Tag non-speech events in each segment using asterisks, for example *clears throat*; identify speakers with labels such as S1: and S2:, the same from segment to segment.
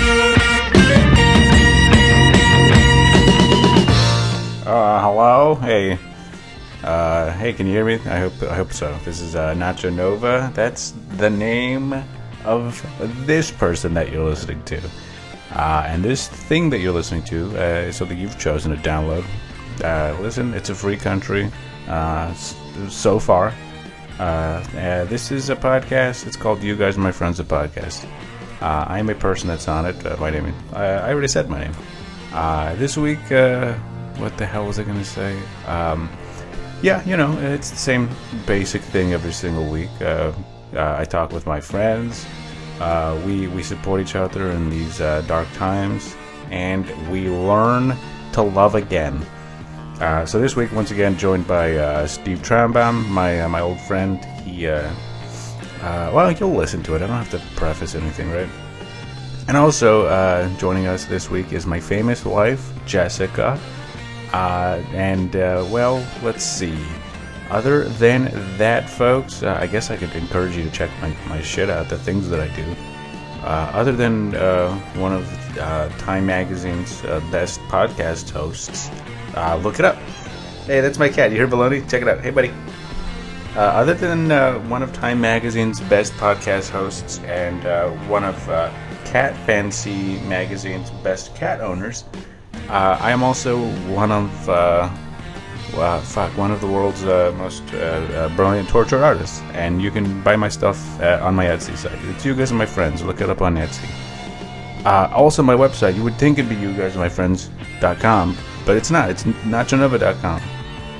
S1: Uh, Hey, uh, hey, can you hear me? I hope I hope so. This is uh, Nacho Nova. That's the name of this person that you're listening to, uh, and this thing that you're listening to uh, is something you've chosen to download. Uh, listen, it's a free country uh, s- so far. Uh, uh, this is a podcast. It's called "You Guys, Are My Friends," a podcast. Uh, I am a person that's on it. Uh, my name. is- I I already said my name. Uh, this week, uh, what the hell was I going to say? Um, yeah, you know, it's the same basic thing every single week. Uh, uh, I talk with my friends. Uh, we we support each other in these uh, dark times, and we learn to love again. Uh, so this week, once again, joined by uh, Steve Trambam, my uh, my old friend. He, uh, uh, well, you'll listen to it. I don't have to preface anything, right? And also uh, joining us this week is my famous wife, Jessica. Uh, and, uh, well, let's see. Other than that, folks, uh, I guess I could encourage you to check my, my shit out, the things that I do. Uh, other than uh, one of uh, Time Magazine's uh, best podcast hosts, uh, look it up. Hey, that's my cat. You hear baloney? Check it out. Hey, buddy. Uh, other than uh, one of Time Magazine's best podcast hosts and uh, one of uh, Cat Fancy Magazine's best cat owners, uh, I am also one of uh, uh, fuck one of the world's uh, most uh, uh, brilliant torture artists. And you can buy my stuff uh, on my Etsy site. It's you guys and my friends. Look it up on Etsy. Uh, also, my website. You would think it'd be you guys and my friends.com, but it's not. It's nachonova.com.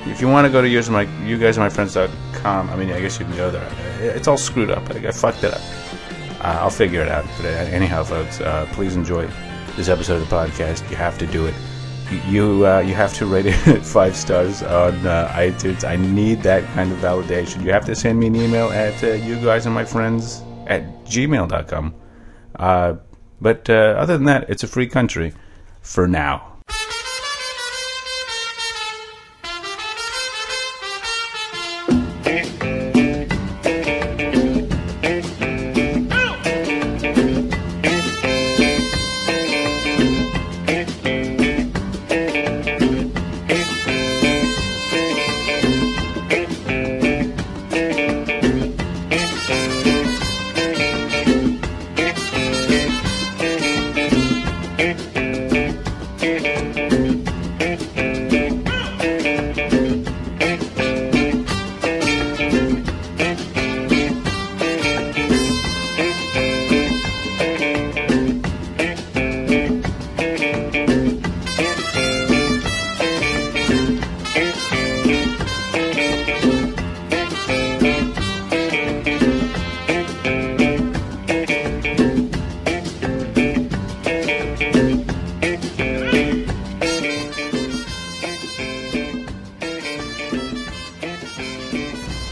S1: If you want to go to yours and my, you guys and my friends.com, I mean, I guess you can go there. It's all screwed up. I, I fucked it up. Uh, I'll figure it out. But uh, anyhow, folks, uh, please enjoy this episode of the podcast. You have to do it. You you, uh, you have to rate it *laughs* five stars on uh, iTunes. I need that kind of validation. You have to send me an email at uh, you guys and my friends at gmail.com. Uh, but uh, other than that, it's a free country for now.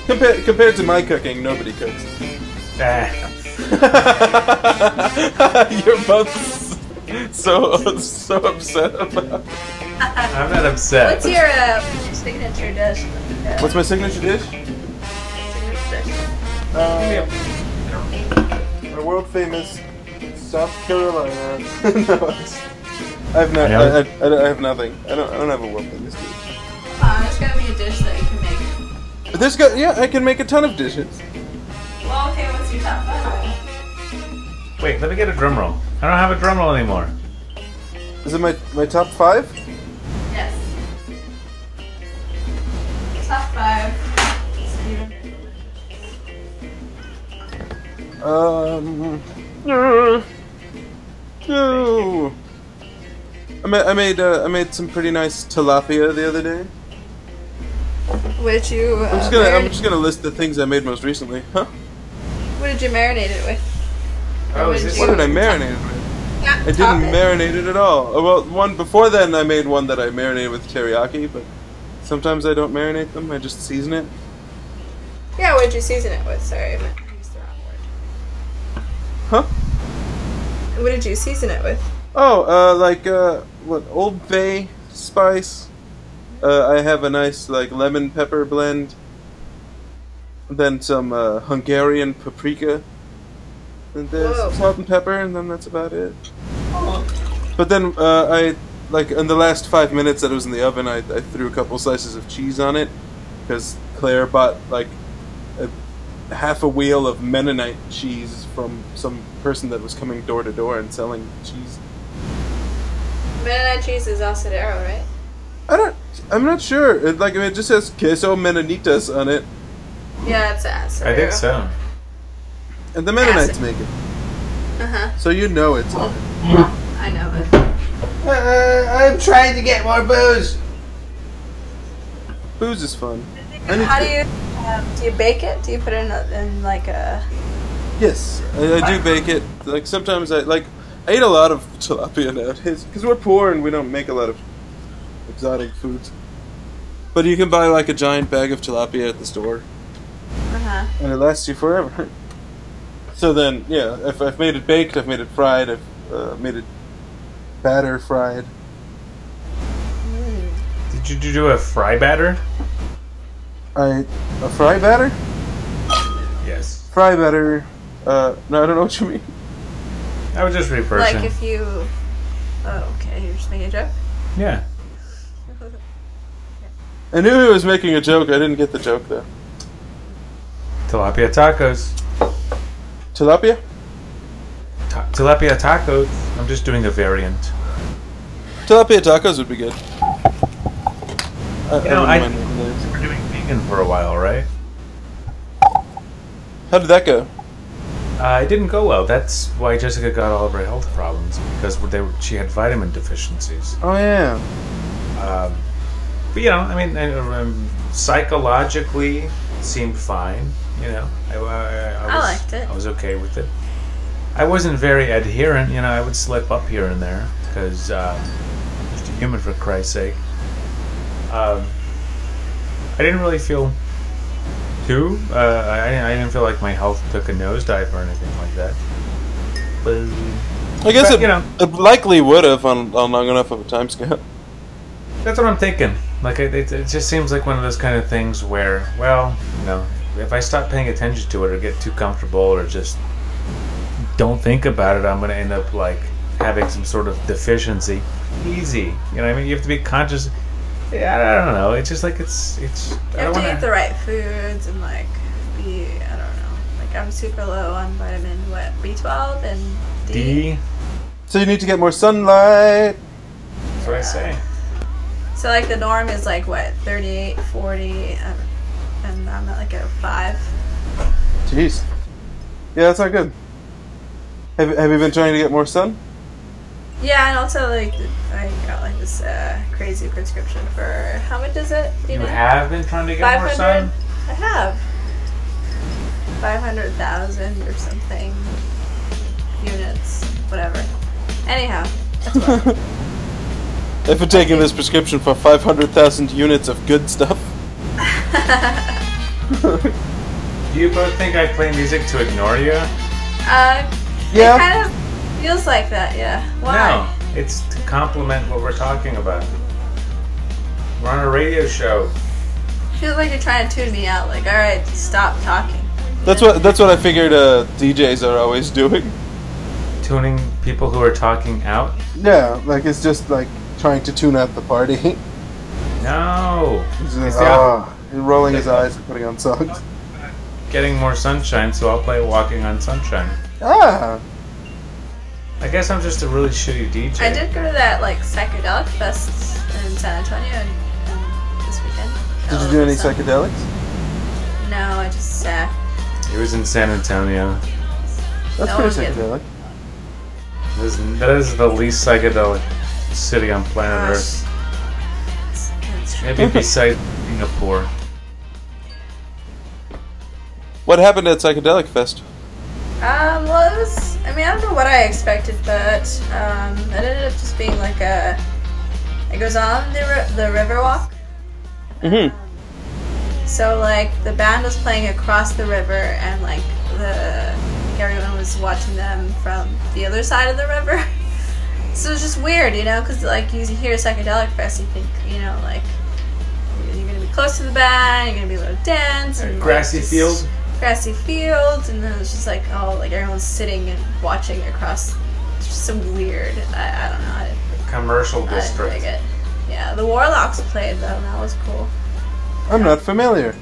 S2: Compared, compared to my cooking, nobody cooks.
S1: *laughs* Ah.
S2: You're both s- so so upset
S3: *laughs*
S2: about.
S1: I'm not upset.
S3: What's your uh, signature dish? Uh,
S2: What's my signature dish?
S3: signature dish?
S2: Uh, my world famous South
S3: *laughs* Uh,
S2: Carolina. no, it's- I have no.
S1: I
S2: I,
S1: know.
S2: I, I, don't- I have nothing. I don't. I don't have a world famous dish.
S3: Uh, there's gotta be a dish that you can make.
S2: There's got. Yeah, I can make a ton of dishes.
S3: Well, okay, what's your top five?
S1: Wait, let me get a drum roll. I don't have a drum roll anymore.
S2: Is it my my top five?
S3: Yes. Top five. Steven.
S2: Um. No. No. I made I made, uh, I made some pretty nice tilapia the other day.
S3: What did you? Uh,
S2: I'm just gonna I'm just gonna list the things I made most recently. Huh?
S3: What did you marinate it with?
S1: Oh, is this-
S2: What did I marinate it with?
S3: Not
S2: I didn't marinate it at all. Oh, Well, one before then I made one that I marinated with teriyaki, but sometimes I don't marinate them. I just season it.
S3: Yeah, what did you season it with? Sorry, I meant I used the wrong word.
S2: Huh?
S3: What did you season it with?
S2: Oh, uh, like uh, what Old Bay spice. Uh, I have a nice like lemon pepper blend. Then some uh, Hungarian paprika. And there's
S3: Whoa.
S2: some salt and pepper, and then that's about it. But then uh, I like in the last five minutes that it was in the oven, I, I threw a couple slices of cheese on it because Claire bought like a, half a wheel of Mennonite cheese from some person that was coming door to door and selling cheese.
S3: Mennonite cheese is asadero, right?
S2: I don't. I'm not sure. It, like I mean, it just says queso menonitas on it,
S3: Yeah, it's asadero.
S1: I think so.
S2: and the Mennonites
S3: Acid.
S2: make it,
S3: Uh huh.
S2: so you know it's on it.
S3: I know it.
S1: I'm trying to get more booze.
S2: Booze is fun. I need
S3: How
S2: to-
S3: do you um, do you bake it? Do you put it in, a, in like a
S2: Yes, I, I do bake it. Like sometimes I like I eat a lot of tilapia nowadays because we're poor and we don't make a lot of exotic foods. But you can buy like a giant bag of tilapia at the store,
S3: uh huh?
S2: and it lasts you forever. *laughs* So then, yeah, if I've made it baked, I've made it fried, I've uh, made it batter fried.
S1: Did you do a fry batter?
S2: I a fry batter,
S1: Yes.
S2: fry batter. Uh, no, I don't know what you mean.
S1: I was just reversing.
S3: Like if you. Oh, okay. You're just making a joke.
S4: Yeah.
S2: I knew he was making a joke. I didn't get the joke though.
S1: Tilapia tacos.
S2: Tilapia.
S1: Ta- tilapia tacos. I'm just doing a variant.
S2: Tilapia tacos would be good. I,
S1: You know,
S2: wouldn't
S1: I-
S2: mind making those.
S1: We're doing vegan for a while, right?
S2: How did that go?
S1: Uh, it didn't go well. That's why Jessica got all of her health problems because they were, she had vitamin deficiencies.
S2: Oh yeah.
S1: Um, but you know, I mean, I, um, psychologically seemed fine. You know, I, I, I,
S3: I
S1: was,
S3: liked it.
S1: I was okay with it. I wasn't very adherent. You know, I would slip up here and there because um, just a human for Christ's sake. Um, I didn't really feel too. Uh, I, I didn't feel like my health took a nosedive or anything like that. But
S2: I guess
S1: But,
S2: it,
S1: you know.
S2: it likely would have on, on long enough of a time scale. *laughs*
S1: That's what I'm thinking. Like it, it, it just seems like one of those kind of things where, well, you know, if I stop paying attention to it or get too comfortable or just don't think about it, I'm gonna end up like having some sort of deficiency. Easy, you know. What I mean, you have to be conscious. Yeah, I I don't know. It's just like it's it's.
S3: You
S1: I
S3: have
S1: don't
S3: to
S1: wanna-
S3: eat the right foods and like be. I don't know. Like I'm super low on vitamin what B12 and D.
S1: D.
S2: So you need to get more sunlight.
S1: That's what I say.
S3: So like the norm is like what 38, 40, um, and I'm at like a five.
S2: Jeez. Yeah, that's not good. Have, have you been trying to get more sun?
S3: Yeah, and also like I got like this uh, crazy prescription for how much is it? Do
S1: You
S3: know?
S1: have been trying to get more sun.
S3: I have. 500,000 or something units, whatever. Anyhow, *laughs*
S2: I've been taking this prescription for 500,000 units of good stuff.
S3: uh,
S1: Do you both think I play music to ignore you?
S3: Uh, it
S2: Yeah.
S3: kind of feels like that, yeah. Why?
S1: No, it's to complement what we're talking about. We're on a radio show.
S3: Feels like you're trying to tune me out. Like, all right, stop talking.
S2: That's what that's what I figured uh, DJs are always doing.
S1: Tuning people who are talking out?
S2: Yeah, like it's just like trying to tune out the party. *laughs*
S1: No. It's
S2: He's just,
S1: the op-
S2: ah, he's rolling his eyes and putting on socks.
S1: Getting more sunshine, so I'll play Walking on Sunshine.
S2: Ah,
S1: I guess I'm just a really shitty DJ.
S3: I did go to that, like, psychedelic fest in San Antonio and, um, this weekend.
S2: did you do any
S3: So-
S2: psychedelics?
S3: No, I just, uh,
S1: It was in San Antonio.
S2: That's
S3: No,
S2: pretty
S3: I'm good.
S2: psychedelic.
S1: It was- that is the least psychedelic city on planet
S3: gosh.
S1: Earth.
S3: It's- it's-
S1: Maybe besides Singapore.
S2: What happened at Psychedelic Fest?
S3: Um, well, it was. I mean, I don't know what I expected, but um, it ended up just being like a. It goes on the ri- the river walk.
S2: Mm-hmm.
S3: So like the band was playing across the river, and like the like, everyone was watching them from the other side of the river. *laughs* so it's just weird, you know, because like you hear psychedelic fest, you think you know like you're gonna be close to the band, you're gonna be able to dance, and, like,
S1: grassy
S3: just-
S1: field.
S3: grassy fields, and then it's just like oh, like everyone's sitting and watching across. It's just so weird. I, I don't know. I didn't-
S5: commercial
S3: I didn't
S5: district.
S3: dig it. Yeah, the Warlocks played though, and that was cool.
S2: I'm not familiar.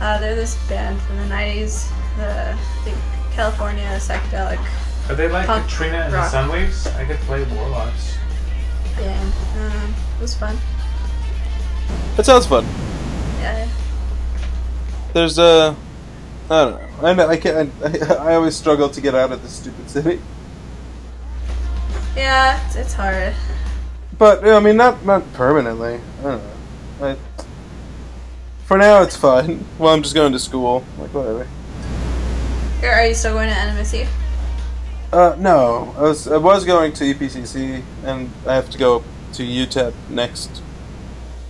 S3: Uh, they're this band from the '90s, the I think California psychedelic
S5: Are they like
S3: Punk
S5: Katrina and the
S3: rock.
S5: Sunwaves? I could play Warlocks.
S3: band. Um, it was fun.
S2: That sounds fun.
S3: Yeah,
S2: There's a. I don't know. I know. I can't. I, *laughs* I always struggle to get out of this stupid city.
S3: yeah, it's, it's hard.
S2: But I mean, not not permanently. I don't know. I, for now, it's fine. *laughs* Well, I'm just going to school. Like whatever.
S3: Or are you still going to NMSU?
S2: Uh, no, I was I was going to E EPCC, and I have to go to UTEP next.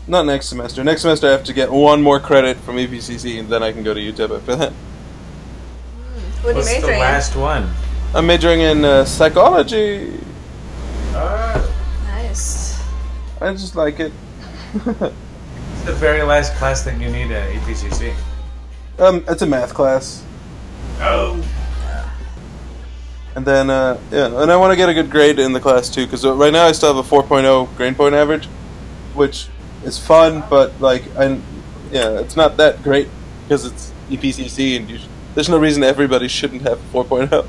S2: Not next semester. Next semester, I have to get one more credit from E EPCC, and then I can go to UTEP after that. *laughs*
S3: What are you
S5: What's the
S3: majoring in?
S5: last one?
S2: I'm majoring in uh, psychology.
S5: Uh,
S3: Nice. *laughs*
S2: I just like it. *laughs*
S5: it's the very last class that you need at EPCC.
S2: um, it's a math class,
S5: Oh.
S2: and then uh, yeah, and I want to get a good grade in the class too, because right now I still have a 4.0 grade point average, which is fun, but like I, yeah, it's not that great because it's E EPCC, and you sh- there's no reason everybody shouldn't have 4.0.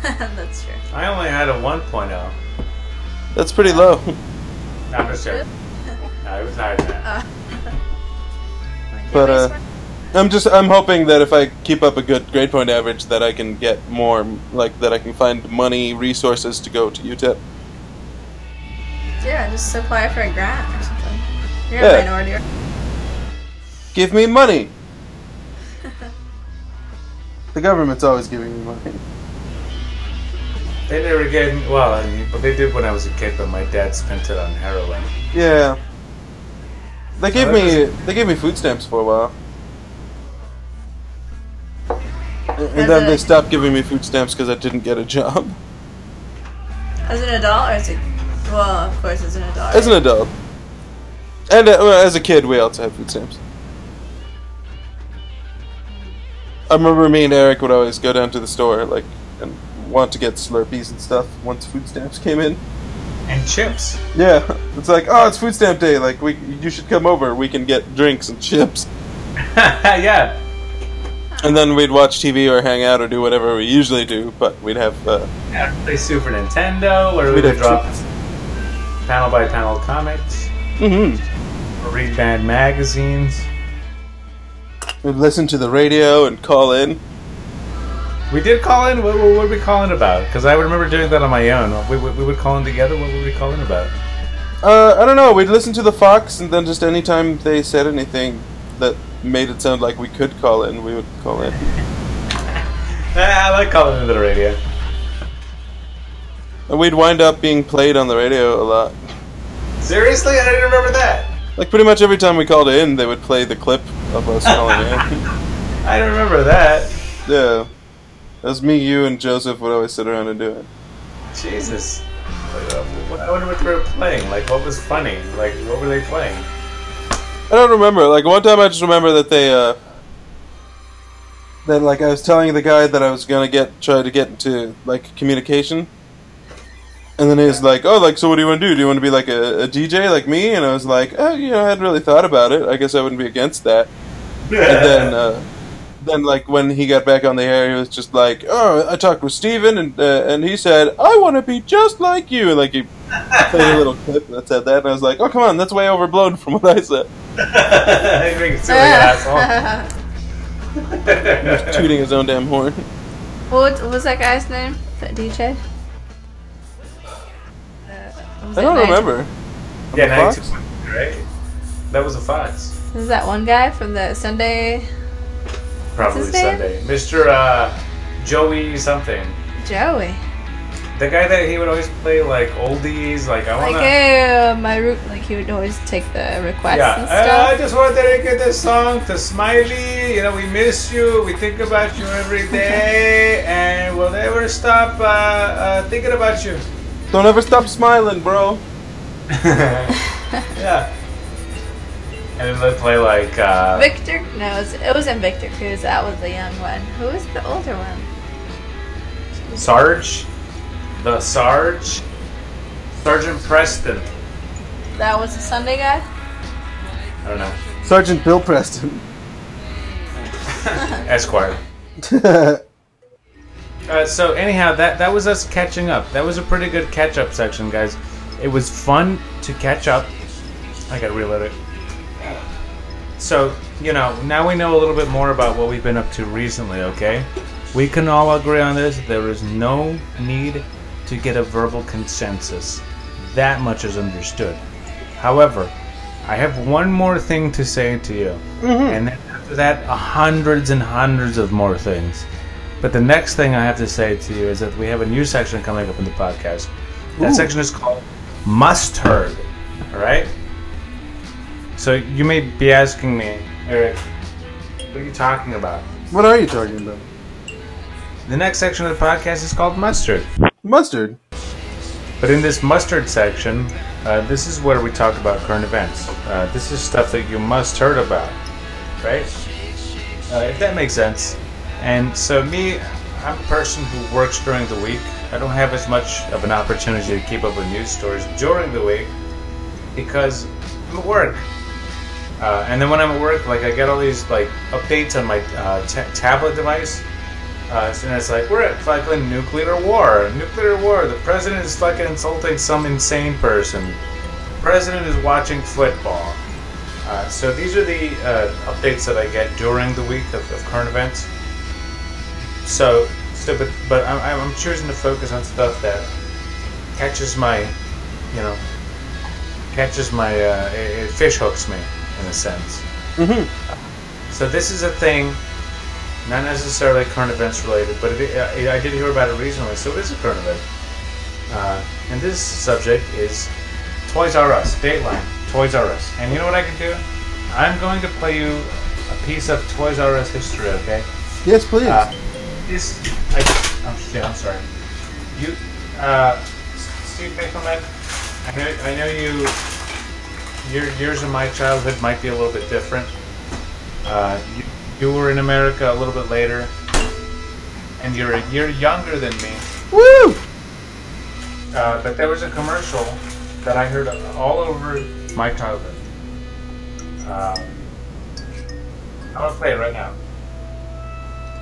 S3: That's true.
S5: I only had a oh. 1.0.
S2: That's pretty low. *laughs*
S5: No, I'm just joking. No, it
S3: *laughs*
S5: was higher than that.
S3: Uh,
S2: But, uh, I'm just I'm hoping that if I keep up a good grade point average, that I can get more, like that I can find money, resources to go to E UTEP.
S3: yeah, just apply for a grant or something. You're
S2: Yeah.
S3: a minority. *laughs* right?
S2: Give me money. the government's always giving me money.
S5: They never gave me, well, I mean, but they did when I was a kid, but my dad spent it on heroin.
S2: Yeah. They gave me
S5: that
S2: they gave me food stamps for a while. And- And then they stopped giving me food stamps because I didn't get a job. *laughs*
S3: As an adult, or as a well, of course, as an adult.
S2: As an adult, and uh, well, as a kid, we also had food stamps. I remember me and Eric would always go down to the store, like, and want to get Slurpees and stuff once food stamps came in.
S5: And chips. *laughs*
S2: Yeah, *laughs* it's like, oh, it's food stamp day. Like, we, you should come over. We can get drinks and chips,
S5: yeah.
S2: and then we'd watch TV or hang out or do whatever we usually do. But we'd have, uh,
S5: Yeah, play Super Nintendo, or we
S2: We'd have
S5: could drop panel by panel comics,
S2: mm-hmm.
S5: or read bad magazines.
S2: we'd listen to the radio and call in.
S5: We did call in. What, what were we calling about? Because I remember doing that on my own. We, we, we would call in together. What were we calling about?
S2: Uh, I don't know. We'd listen to the Fox, and then just anytime they said anything that made it sound like we could call in, we would call in.
S5: Ah, I like calling into the radio.
S2: And we'd wind up being played on the radio a lot.
S5: Seriously, I didn't remember that.
S2: Like pretty much every time we called in, they would play the clip of us calling in.
S5: I didn't remember that.
S2: Yeah, it was me, you, and Joseph would always sit around and do it.
S5: Jesus. What- I wonder what they were playing. Like, what was funny? Like, what were they playing?
S2: I don't remember. Like one time, I just remember that they uh, that like I was telling the guy that I was gonna get try to get into like communication, and then he was like, "Oh, like so, what do you want to do? Do you want to be like a, a DJ like me?" And I was like, "Oh, you know, I hadn't really thought about it. I guess I wouldn't be against that." And then,
S5: *laughs*
S2: uh, then like when he got back on the air, he was just like, "Oh, I talked with Steven and uh, and he said I want to be just like you." And like he played a little clip that said that, and I was like, "Oh, come on, that's way overblown from what I said."
S5: I think
S3: Oh,
S5: it's
S3: *laughs*
S5: silly asshole.
S2: *laughs* tooting his own damn horn.
S3: what was that guy's name? That DJ? Uh, was
S2: I
S3: it
S2: don't
S3: Nigel-
S2: remember.
S5: Yeah,
S2: the Fox?
S5: 92, right? That was a fox.
S3: Was that one guy from the Sunday
S5: Probably
S3: his name?
S5: Sunday. Mr. Uh, Joey something.
S3: Joey?
S5: The guy that he would always play like oldies, like I
S3: Like,
S5: wanna.
S3: hey, uh, my root. Like, he would always take the requests
S5: yeah,
S3: and
S5: "Uh, I
S3: stuff.
S5: just want to dedicate this song to Smiley. You know, we miss you. We think about you
S3: *laughs*
S5: every day, and we'll never stop uh, uh, thinking about you.
S2: Don't ever stop smiling, bro.
S5: yeah. And then they play like uh,
S3: Victor? No, it was, it was in Victor Cruz. That was the young one. Who was the older one?
S5: Sarge, the Sarge. Sergeant Preston.
S3: That was a Sunday guy?
S5: I don't know.
S2: Sergeant Bill Preston. *laughs*
S5: Esquire. Uh, so anyhow, that that was us catching up. That was a pretty good catch-up section, guys. It was fun to catch up. I gotta reload it. So you know, now we know a little bit more about what we've been up to recently. Okay, we can all agree on this. There is no need to get a verbal consensus. That much is understood. However, I have one more thing to say to you, and then after that, hundreds and hundreds of more things. But the next thing I have to say to you is that we have a new section coming up in the podcast. That section is called Must Heard. All right? So you may be asking me, Eric, what are you talking about?
S2: What are you talking about?
S5: The next section of the podcast is called Mustard.
S2: Mustard.
S5: But in this Mustard section, uh, this is where we talk about current events. Uh, this is stuff that you must heard about, right? Uh, if that makes sense. And so, me, I'm a person who works during the week. I don't have as much of an opportunity to keep up with news stories during the week because I'm at work. Uh, and then when I'm at work, like I get all these like updates on my uh, ta- tablet device, uh, and it's like we're at fucking nuclear war. Nuclear war. The president is fucking insulting some insane person. The president is watching football. Uh, so these are the uh, updates that I get during the week of, of current events. So, so but but I'm, I'm choosing to focus on stuff that catches my, you know, catches my uh, it, it fish hooks me in a sense. So this is a thing, not necessarily current events related, but it, I I did hear about it recently, so it is a current event. Uh, and this subject is Toys R Us, Dateline, Toys R Us. And you know what I can do? I'm going to play you a piece of Toys R Us history, okay?
S2: Yes, please.
S5: Uh, this, I, oh shit, I'm sorry. You, uh, Steve Michelman, I know, I know you, your, yours and my childhood might be a little bit different. Uh, you, you were in America a little bit later, and you're a year younger than me.
S2: Woo!
S5: Uh, but there was a commercial that I heard all over my childhood. Um, I'm gonna play it right now.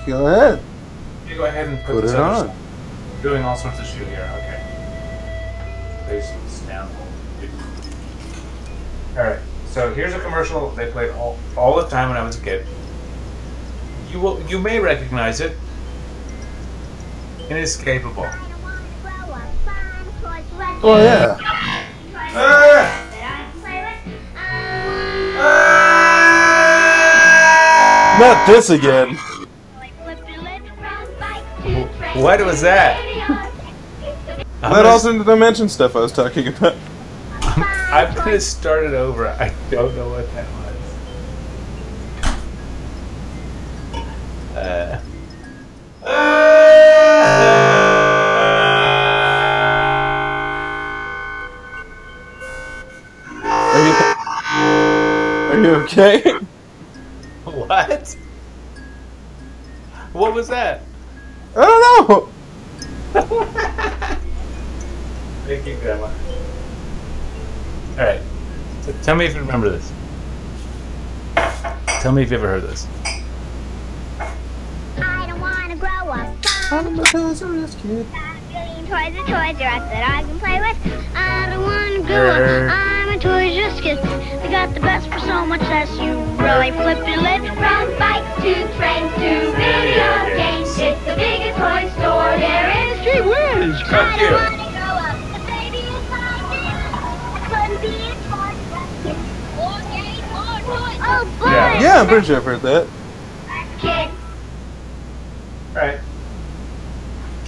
S2: Go ahead.
S5: You go ahead and put,
S2: Put
S5: this
S2: it
S5: other
S2: on.
S5: stuff. We're doing all sorts of shit here. Okay. Place this down. All right. So here's a commercial they played all, all the time when I was a kid. You will you may recognize it. Inescapable.
S2: Oh yeah.
S5: Ah!
S2: Not this again.
S5: What
S6: *laughs*
S5: was that? I'm
S2: That
S5: gonna,
S2: alternate dimension stuff I was talking about.
S5: I'm gonna start it over. I don't know what that was. Uh.
S2: Ah! Are you, *laughs* are you okay?
S5: *laughs* What? What was that?
S2: I don't know.
S5: Thank you, Grandma. Alright. So tell me if you remember this. Tell me if you ever heard this.
S6: I don't want to grow up.
S2: I'm a Toys R Us kid.
S6: I'm getting toys and toys are us that I can play with. I don't want to grow up. I'm a toys just kid. They got the best for so much less. You really flip your lid.
S7: From bike to train to video games, it's the biggest toy store there is.
S6: Gee whiz!
S5: Fuck
S6: I
S5: you.
S6: don't want to grow up. The baby is my name. I couldn't be a toys just kid. Or gay or toys. Oh boy!
S5: Yeah.
S2: Yeah, I'm pretty sure I've heard that.
S7: Kids
S5: Alright.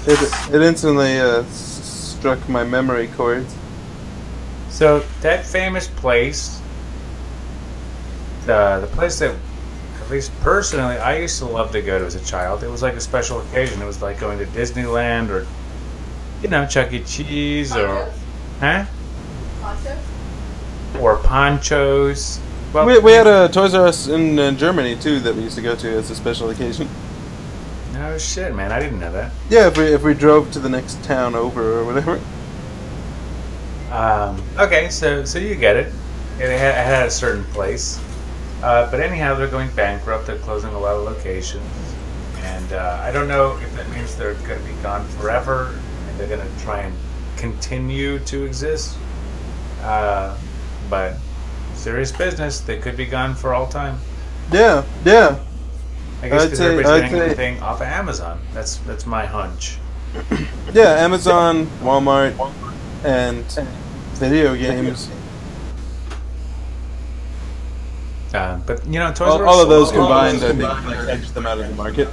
S2: It, it instantly uh, s- struck my memory chords.
S5: So that famous place, the the place that, at least personally, I used to love to go to as a child. It was like a special occasion. It was like going to Disneyland or, you know, Chuck E. Cheese or,
S3: Ponchos?
S5: huh,
S3: Ponchos?
S5: or Ponchos. Well,
S2: We, we had a Toys R Us in uh, Germany too that we used to go to as a special occasion.
S5: no shit, man. I didn't know that.
S2: Yeah, if we if we drove to the next town over or whatever.
S5: Um, okay, so so you get it. It had, it had a certain place, uh, but anyhow, they're going bankrupt. They're closing a lot of locations, and uh, I don't know if that means they're going to be gone forever, and they're going to try and continue to exist. Uh, but serious business. They could be gone for all time.
S2: Yeah, yeah.
S5: I guess
S2: I'd
S5: because
S2: say-
S5: everybody's
S2: I'd
S5: getting
S2: say-
S5: everything off of Amazon. That's that's my hunch.
S2: Yeah, Amazon, Walmart, and video games.
S5: Uh, but you know, Toys
S2: All,
S5: R Us
S2: all of
S5: sold
S2: those
S5: out.
S2: combined, I think, like, edged them out of the market.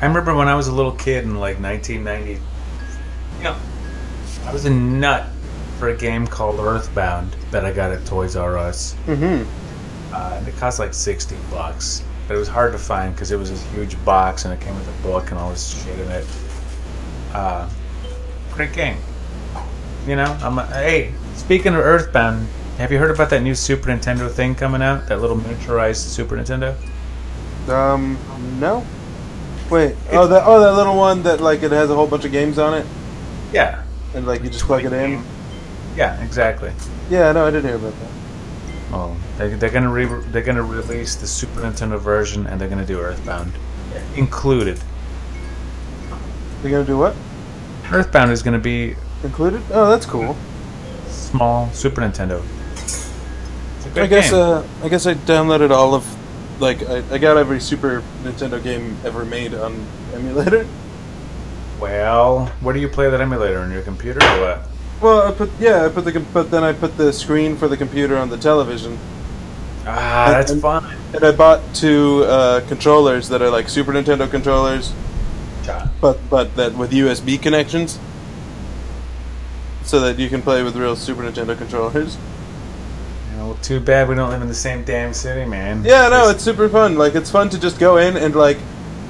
S5: I remember when I was a little kid in like 1990. You know, I was a nut for a game called Earthbound that I got at Toys R Us.
S2: Mm-hmm.
S5: Uh, and it cost like 60 bucks, but it was hard to find because it was this huge box and it came with a book and all this shit in it. Uh, great game. You know, I'm a, hey. Speaking of Earthbound, have you heard about that new Super Nintendo thing coming out? That little miniaturized Super Nintendo?
S2: Um, no. Wait. Oh, that oh that little one that like it has a whole bunch of games on it,
S5: Yeah,
S2: and like you just plug it in.
S5: yeah, exactly.
S2: Yeah, no, I did hear about that.
S5: Oh, they, they're gonna re- they're gonna release the Super Nintendo version, and they're gonna do Earthbound included.
S2: They're gonna do what?
S5: Earthbound is gonna be
S2: Included? Oh, that's cool.
S5: small Super Nintendo. It's a good
S2: I guess
S5: game.
S2: uh, I guess I downloaded all of like I, I got every Super Nintendo game ever made on emulator. *laughs*
S5: well, where do you play that emulator on your computer or what?
S2: Well, I put yeah, I put the com- but then I put the screen for the computer on the television,
S5: Ah, that's fun.
S2: and I bought two uh, controllers that are like Super Nintendo controllers, but but that with USB connections, so that you can play with real Super Nintendo controllers.
S5: You know, too bad we don't live in the same damn city, man.
S2: Yeah, no, it's super fun. Like it's fun to just go in and like,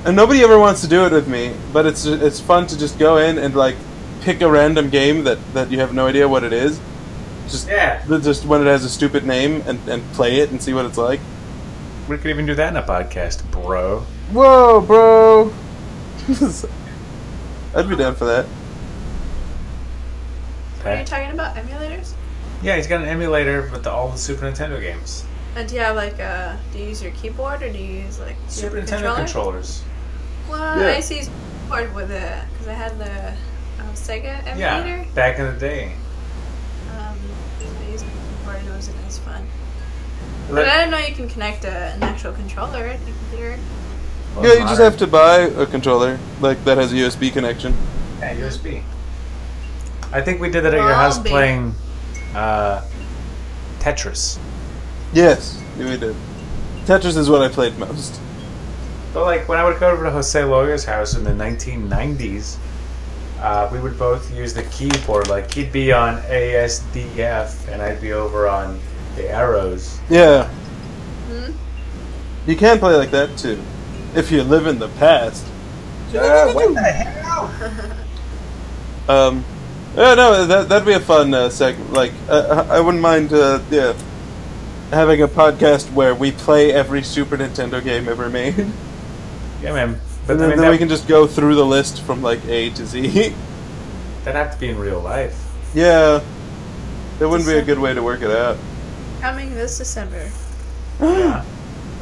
S2: and nobody ever wants to do it with me, but it's it's fun to just go in and like pick a random game that that you have no idea what it is. Just
S5: Yeah.
S2: the- just when it has a stupid name and and play it and see what it's like.
S5: we could even do that in a podcast, bro.
S2: Whoa, bro! *laughs* I'd be down for that.
S3: What are you talking about? Emulators?
S5: Yeah, he's got an emulator with the, all the Super Nintendo games,
S3: And do you have like a? Do you use your keyboard or do you use like do you have
S5: Super
S3: a
S5: Nintendo
S3: controller?
S5: controllers.
S3: Well,
S2: Yeah.
S3: I used to use keyboard with it because I had the um, Sega
S5: Yeah,
S3: emulator.
S5: back in the day.
S3: Um, so I used my keyboard and it was, it was fun. But I didn't know you can connect a, an actual controller to your computer. *laughs*
S2: Yeah, you just have to buy a controller like that has a USB connection.
S5: Yeah, USB. I think we did that at your
S3: Well,
S5: house
S3: baby.
S5: playing uh, Tetris.
S2: Yes, we did. Tetris is what I played most.
S5: But like when I would go over to Jose Loya's house in the 1990s, uh, we would both use the keyboard. Like he'd be on ASDF and I'd be over on the arrows.
S2: Yeah,
S3: Hmm?
S2: you can play like that too, if you live in the past. Yeah, what the hell? um, yeah, no, that that'd be a fun uh, segment. Like, uh, I I wouldn't mind. Uh, yeah, having a podcast where we play every Super Nintendo game ever made. *laughs*
S5: Yeah, man. But
S2: And then,
S5: I mean,
S2: then
S5: that,
S2: we can just go through the list from like A to Z. *laughs*
S5: that'd have to be in real life.
S2: *gasps* yeah. That wouldn't be a good way to work it out.
S3: Coming this December.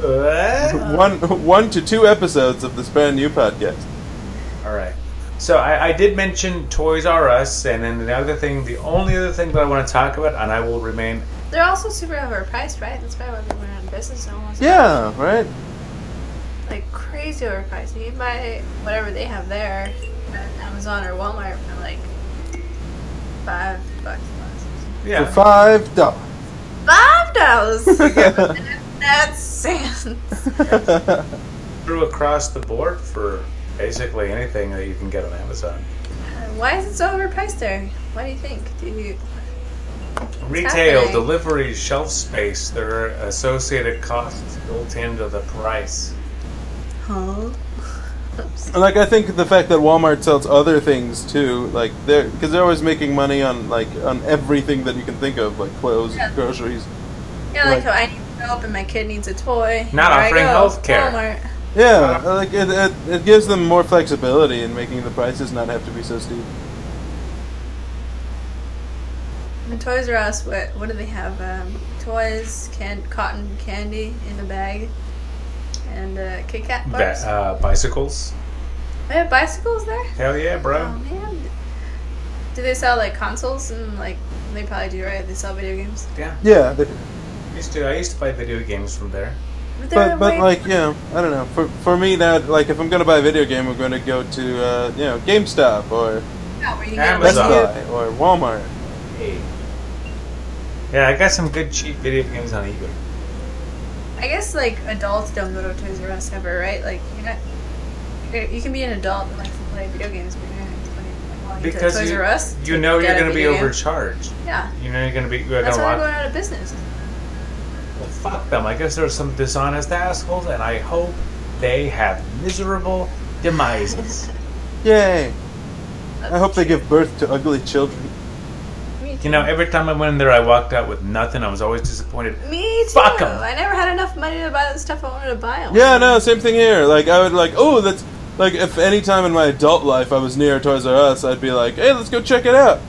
S5: What?
S2: One one to two episodes of this brand new podcast.
S5: All right. So I, I did mention Toys R Us, and then the other thing, the only other thing that I want to talk about, and I will remain
S3: They're also super overpriced, right? That's probably why people are in business and almost
S2: Yeah, right?
S3: like crazy overpriced. You can buy whatever they have there at Amazon or Walmart for like five bucks less.
S5: yeah.
S2: For five dollars. *laughs*
S3: Five dollars. That's sand.
S5: through across the board for basically anything that you can get on Amazon.
S3: Why is it so overpriced there? What do you think? Do you
S5: Retail,
S3: happening?
S5: delivery, shelf space, there are associated costs built into the price.
S3: huh?
S2: And, like I think the fact that Walmart sells other things too, like they're because they're always making money on like on everything that you can think of, like clothes,
S3: Yeah.
S2: groceries.
S3: Yeah, like
S2: Like-
S3: how I need help and my kid needs a toy.
S5: Not
S3: Here I
S5: offering
S3: go,
S5: healthcare.
S3: Walmart.
S2: Yeah, like it, it, it gives them more flexibility in making the prices not have to be so steep.
S3: in Toys R Us, what what do they have? Um, toys, can cotton candy in a bag, and uh, Kit Kat bars.
S5: Ba- uh, bicycles.
S3: they have bicycles there.
S5: Hell yeah,
S3: Oh
S5: bro.
S3: man, do they sell like consoles and like they probably do right? They sell video games.
S5: Yeah.
S2: Yeah, they-
S5: I used to. I used to buy video games from there.
S3: they're
S2: but but like yeah, I don't know. For for me now, like if I'm gonna buy a video game, I'm gonna go to uh, you know GameStop or
S3: yeah, where you
S5: Amazon.
S3: get
S2: Best
S5: Amazon.
S2: Buy or Walmart.
S5: Yeah, I got some good cheap video games on eBay.
S3: I guess like adults don't go to Toys R Us ever, right? Like you're not. You're, you can be an adult and like to play video games, but you're not gonna play like, walking to
S5: Because
S3: Toys
S5: you,
S3: R Us.
S5: you know
S3: get
S5: you're
S3: a
S5: going to be
S3: video game.
S5: overcharged.
S3: Yeah,
S5: You know you're going to be. You're
S3: that's why
S5: gonna want,
S3: they're going out of business.
S5: Well, fuck them. I guess there's some dishonest assholes, and I hope they have miserable demises.
S2: Yay! I hope they give birth to ugly children.
S3: Me too.
S5: you know, every time I went in there, I walked out with nothing. I was always disappointed.
S3: Me too.
S5: Fuck 'em.
S3: I never had enough money to buy the stuff I wanted to buy. on.
S2: Yeah, no, same thing here. Like I would like, oh, that's like if any time in my adult life I was near Toys R Us, I'd be like, hey, let's go check it out.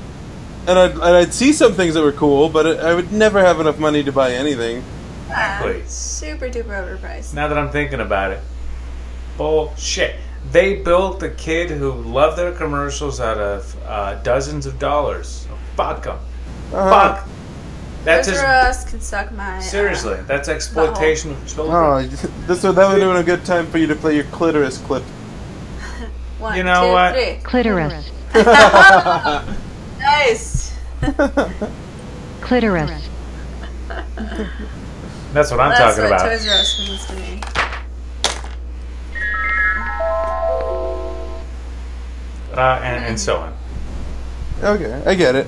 S2: And I'd, and I'd see some things that were cool, but I I would never have enough money to buy anything.
S3: Ah,
S5: Exactly.
S3: super duper overpriced.
S5: Now that I'm thinking about it, bullshit. They built the kid who loved their commercials out of uh, dozens of dollars. Fuck them.
S2: Uh-huh.
S5: Fuck. That's
S3: Toys
S5: just
S3: R Us can suck my. uh,
S5: seriously. That's exploitation of children.
S2: Oh, you just- this would that would have been a good time for you to play your clitoris clip.
S3: one,
S5: You know
S3: two,
S5: what? *laughs*
S3: three. *laughs*
S8: clitoris,
S3: Nice.
S8: clitoris,
S5: That's what I'm
S3: That's
S5: talking
S3: what
S5: about.
S3: Toys R Us means to me.
S5: uh, and, and so on.
S2: Okay, I get it.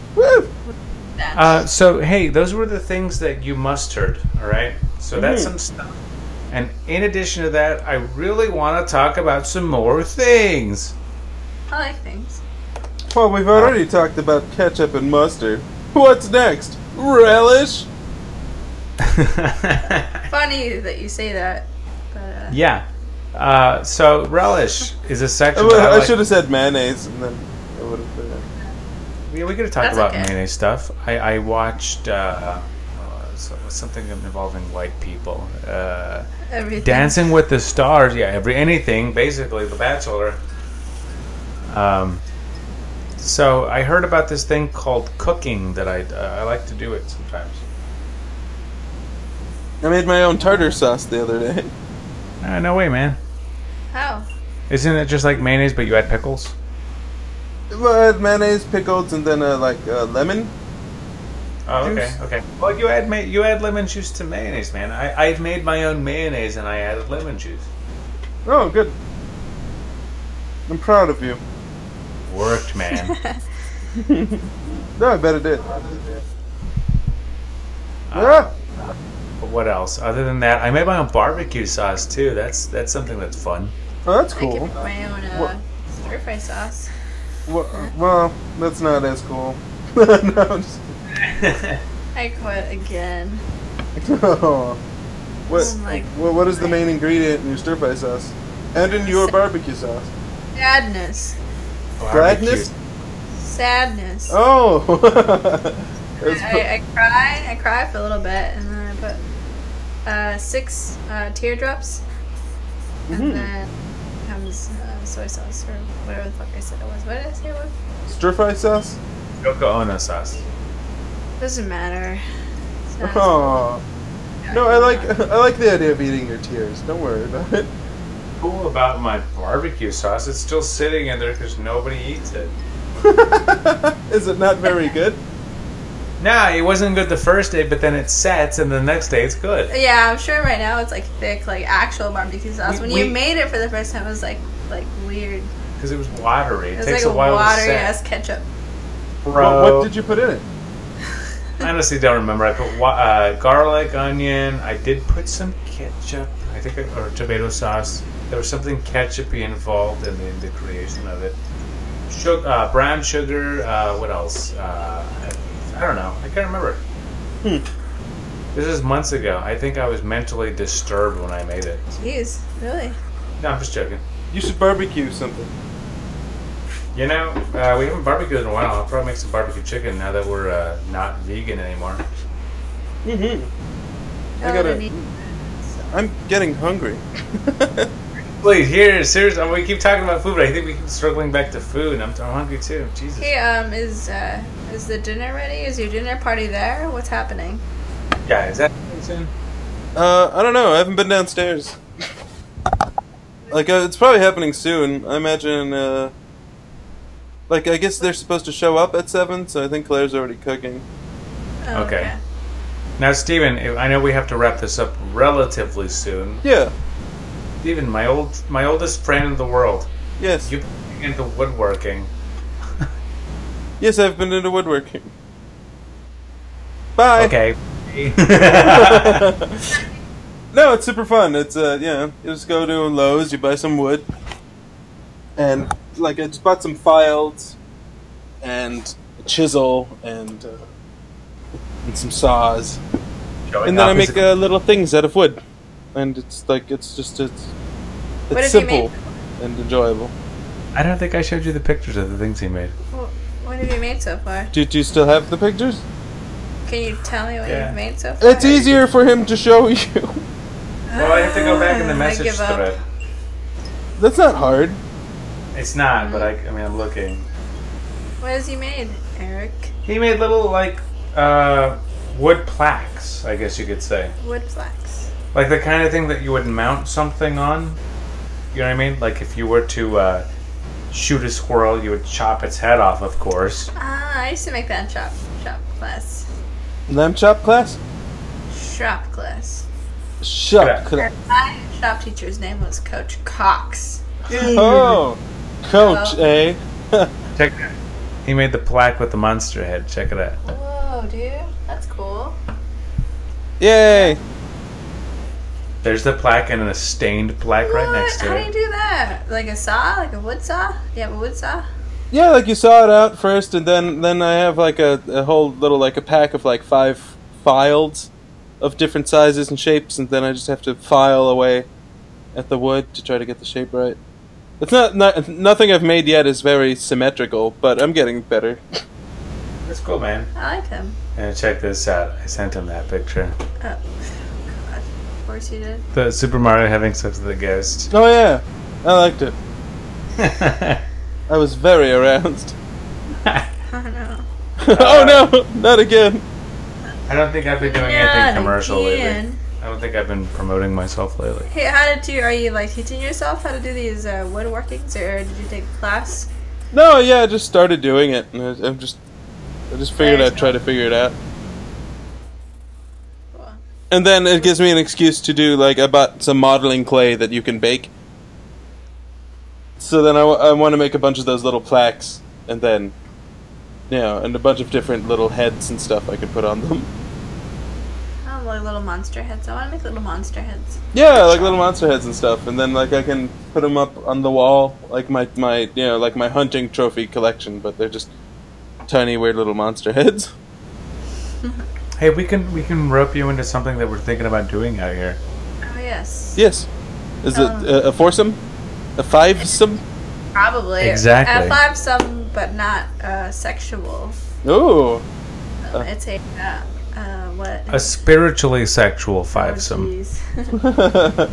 S2: *laughs* Woo!
S5: Uh, so hey, those were the things that you mustered. All right. So that's some stuff. And in addition to that, I really want to talk about some more things.
S3: I like things.
S2: Well, we've already talked about ketchup and mustard. What's next? Relish?
S3: Funny that you say that, but uh,
S5: yeah. Uh, so relish is a
S2: I,
S5: section.
S2: would-
S5: that I
S2: I
S5: like-
S2: should have said mayonnaise, and then it would have been.
S5: Yeah, we could have talked
S3: That's
S5: about
S3: okay.
S5: mayonnaise stuff. I, I watched uh, uh, so- something involving white people. Uh,
S3: everything.
S5: Dancing with the Stars, yeah, every anything, basically, The Bachelor. Um, so I heard about this thing called cooking that I uh, I like to do it sometimes.
S2: I made my own tartar sauce the other day. *laughs*
S5: Uh, no way, man!
S3: How?
S5: Isn't it just like mayonnaise, but you add pickles?
S2: Well, I had mayonnaise, pickles, and then uh, like uh, lemon.
S5: Oh, okay,
S2: Juice.
S5: okay. Well, you add ma- you add lemon juice to mayonnaise, man. I I've made my own mayonnaise and I added lemon juice.
S2: Oh, good. I'm proud of you. *laughs*
S5: Worked, man.
S2: No, I bet it did.
S3: Uh,
S2: Ah,
S5: but what else? Other than that, I made my own barbecue sauce too. That's that's something that's fun.
S2: oh, that's
S3: I
S2: cool.
S3: can make my own uh, stir fry sauce.
S2: Well, well, that's not as cool. *laughs* no, I'm just-
S3: I quit again.
S2: *laughs* Oh. What,
S3: Oh my
S2: what, what is the main ingredient in your stir fry sauce? And in your barbecue sauce?
S3: Sadness.
S2: Gladness?
S3: Sadness.
S2: Oh! *laughs* That's
S3: I, I cry. I cry for a little bit, and then I put uh, six uh, teardrops,
S2: Mm-hmm.
S3: and then comes uh, soy sauce or whatever the fuck I said it was. What did I say it was?
S2: stir fry sauce?
S5: Yoko Ono sauce.
S3: Doesn't matter. It's not-
S2: Oh. No, I like *laughs* I like the idea of eating your tears. Don't worry about it.
S5: cool about my barbecue sauce. It's still sitting in there because nobody eats it.
S2: *laughs* Is it not very
S5: *laughs*
S2: good?
S5: Nah, it wasn't good the first day, but then it sets, and the next day it's good.
S3: Yeah, I'm sure right now it's like thick, like actual barbecue sauce.
S5: We-
S3: when you
S5: we-
S3: made it for the first time, it was like like weird.
S5: Because it was watery. It,
S3: It was
S5: takes
S3: like
S5: a while to
S3: watery
S5: set.
S3: ass ketchup.
S5: Bro.
S2: What, what did you put in it?
S5: I honestly don't remember. I put wa- uh, garlic, onion. I did put some ketchup. I think, I, or tomato sauce. There was something ketchupy involved in the, in the creation of it. Sugar, uh, brown sugar. Uh, what else? Uh, I don't know. I can't remember. This is months ago. I think I was mentally disturbed when I made it.
S3: Jeez, really?
S5: No, I'm just joking.
S2: You should barbecue something.
S5: You know, uh, we haven't barbecued in a while. I'll probably make some barbecue chicken now that we're uh, not vegan anymore.
S3: Oh,
S2: I gotta- I'm getting hungry. *laughs*
S5: Wait, here, seriously, we keep talking about food, but I think we keep struggling back to food, and I'm, I'm hungry too. Jesus.
S3: Hey, um, is uh, is the dinner ready? Is your dinner party there? What's happening?
S5: Yeah, is that
S2: Uh, I don't know. I haven't been downstairs. *laughs* Like, uh, it's probably happening soon. I imagine, uh... Like, I guess they're supposed to show up at 7, so I think Claire's already cooking.
S3: Oh,
S5: Okay. Now, Steven, if- I know we have to wrap this up relatively soon.
S2: Yeah.
S5: Steven, my old, my oldest friend in the world,
S2: Yes.
S5: you've been into woodworking.
S2: Yes, I've been into woodworking. Bye! *laughs*
S5: Okay.
S2: No, it's super fun. It's uh, yeah, you just go to Lowe's, you buy some wood, and like I just bought some files, and a chisel, and uh, and some saws, and then I make uh, little things out of wood, and it's like it's just it's it's
S3: What have you
S2: simple
S3: made?
S2: and enjoyable.
S5: I don't think I showed you the pictures of the things he made.
S3: Wh- What have you made so far?
S2: Do, do you still have the pictures?
S3: Can you tell me what
S5: Yeah.
S3: you've made so far?
S2: It's easier for him to show *laughs* you.
S5: Well, I have to go back in the
S3: Ah, I
S5: message
S3: give up.
S5: thread.
S2: That's not hard.
S5: It's not, but I, I mean, I'm looking.
S3: What has he made, Eric?
S5: He made little like uh, wood plaques, I guess you could say,
S3: Wood flax.
S5: like the kind of thing that you would mount something on. You know what I mean? Like if you were to uh, shoot a squirrel, you would chop its head off, of course.
S3: Ah, I used to make that in shop shop class.
S2: Lamb chop class.
S3: Shop class.
S2: Shop
S5: Yeah.
S2: class.
S3: My shop teacher's name was Coach Cox.
S2: Oh, coach, eh?
S5: Check it out. He made the plaque with the monster head. Check it out.
S3: Whoa, dude, that's cool.
S2: Yay!
S5: There's the plaque and a stained plaque right next
S3: How
S5: to
S3: do you
S5: it.
S3: do that? Like a saw? Like a wood saw? You have a wood saw?
S2: Yeah, like you saw it out first, and then then I have like a, a whole little like a pack of like five files of different sizes and shapes, and then I just have to file away at the wood to try to get the shape right. It's not, not nothing I've made yet is very symmetrical, but I'm getting better.
S5: That's cool, man.
S3: I like him.
S5: And check this out. I sent him that picture.
S3: Oh, God. Of course you did. *laughs*
S5: The Super Mario having sex with a ghost. *laughs*
S2: Oh yeah, I liked it. I was very aroused. *laughs*
S3: I don't know.
S2: oh no, not again.
S5: I don't think I've been
S3: Not
S5: doing anything commercial lately.
S3: again.
S5: I don't think I've been promoting myself lately.
S3: Hey, how did you? Are you like teaching yourself how to do these uh, woodworkings, or did you take a class?
S2: No, yeah, I just started doing it, and I, I'm just I just figured I'd try to figure it out.
S3: Cool.
S2: And then it gives me an excuse to do like I bought some modeling clay that you can bake. So then I, want to make a bunch of those little plaques, and then, you know, and a bunch of different little heads and stuff I could put on them. *laughs*
S3: I like little monster heads. I want to make little monster heads.
S2: Yeah, like little monster heads and stuff, and then like I can put them up on the wall, like my my you know like my hunting trophy collection, but they're just tiny weird little monster heads. *laughs*
S5: Hey, we can we can rope you into something that we're thinking about doing out here.
S3: Oh yes.
S2: Yes, is it a, a foursome, a fivesome?
S3: Probably.
S5: Exactly.
S3: F five some, but not uh, sexual.
S2: Ooh, *laughs*
S3: Um, it's a uh, uh, what?
S5: A spiritually sexual
S3: Oh,
S5: fivesome.
S3: jeez.
S2: no,
S3: *laughs*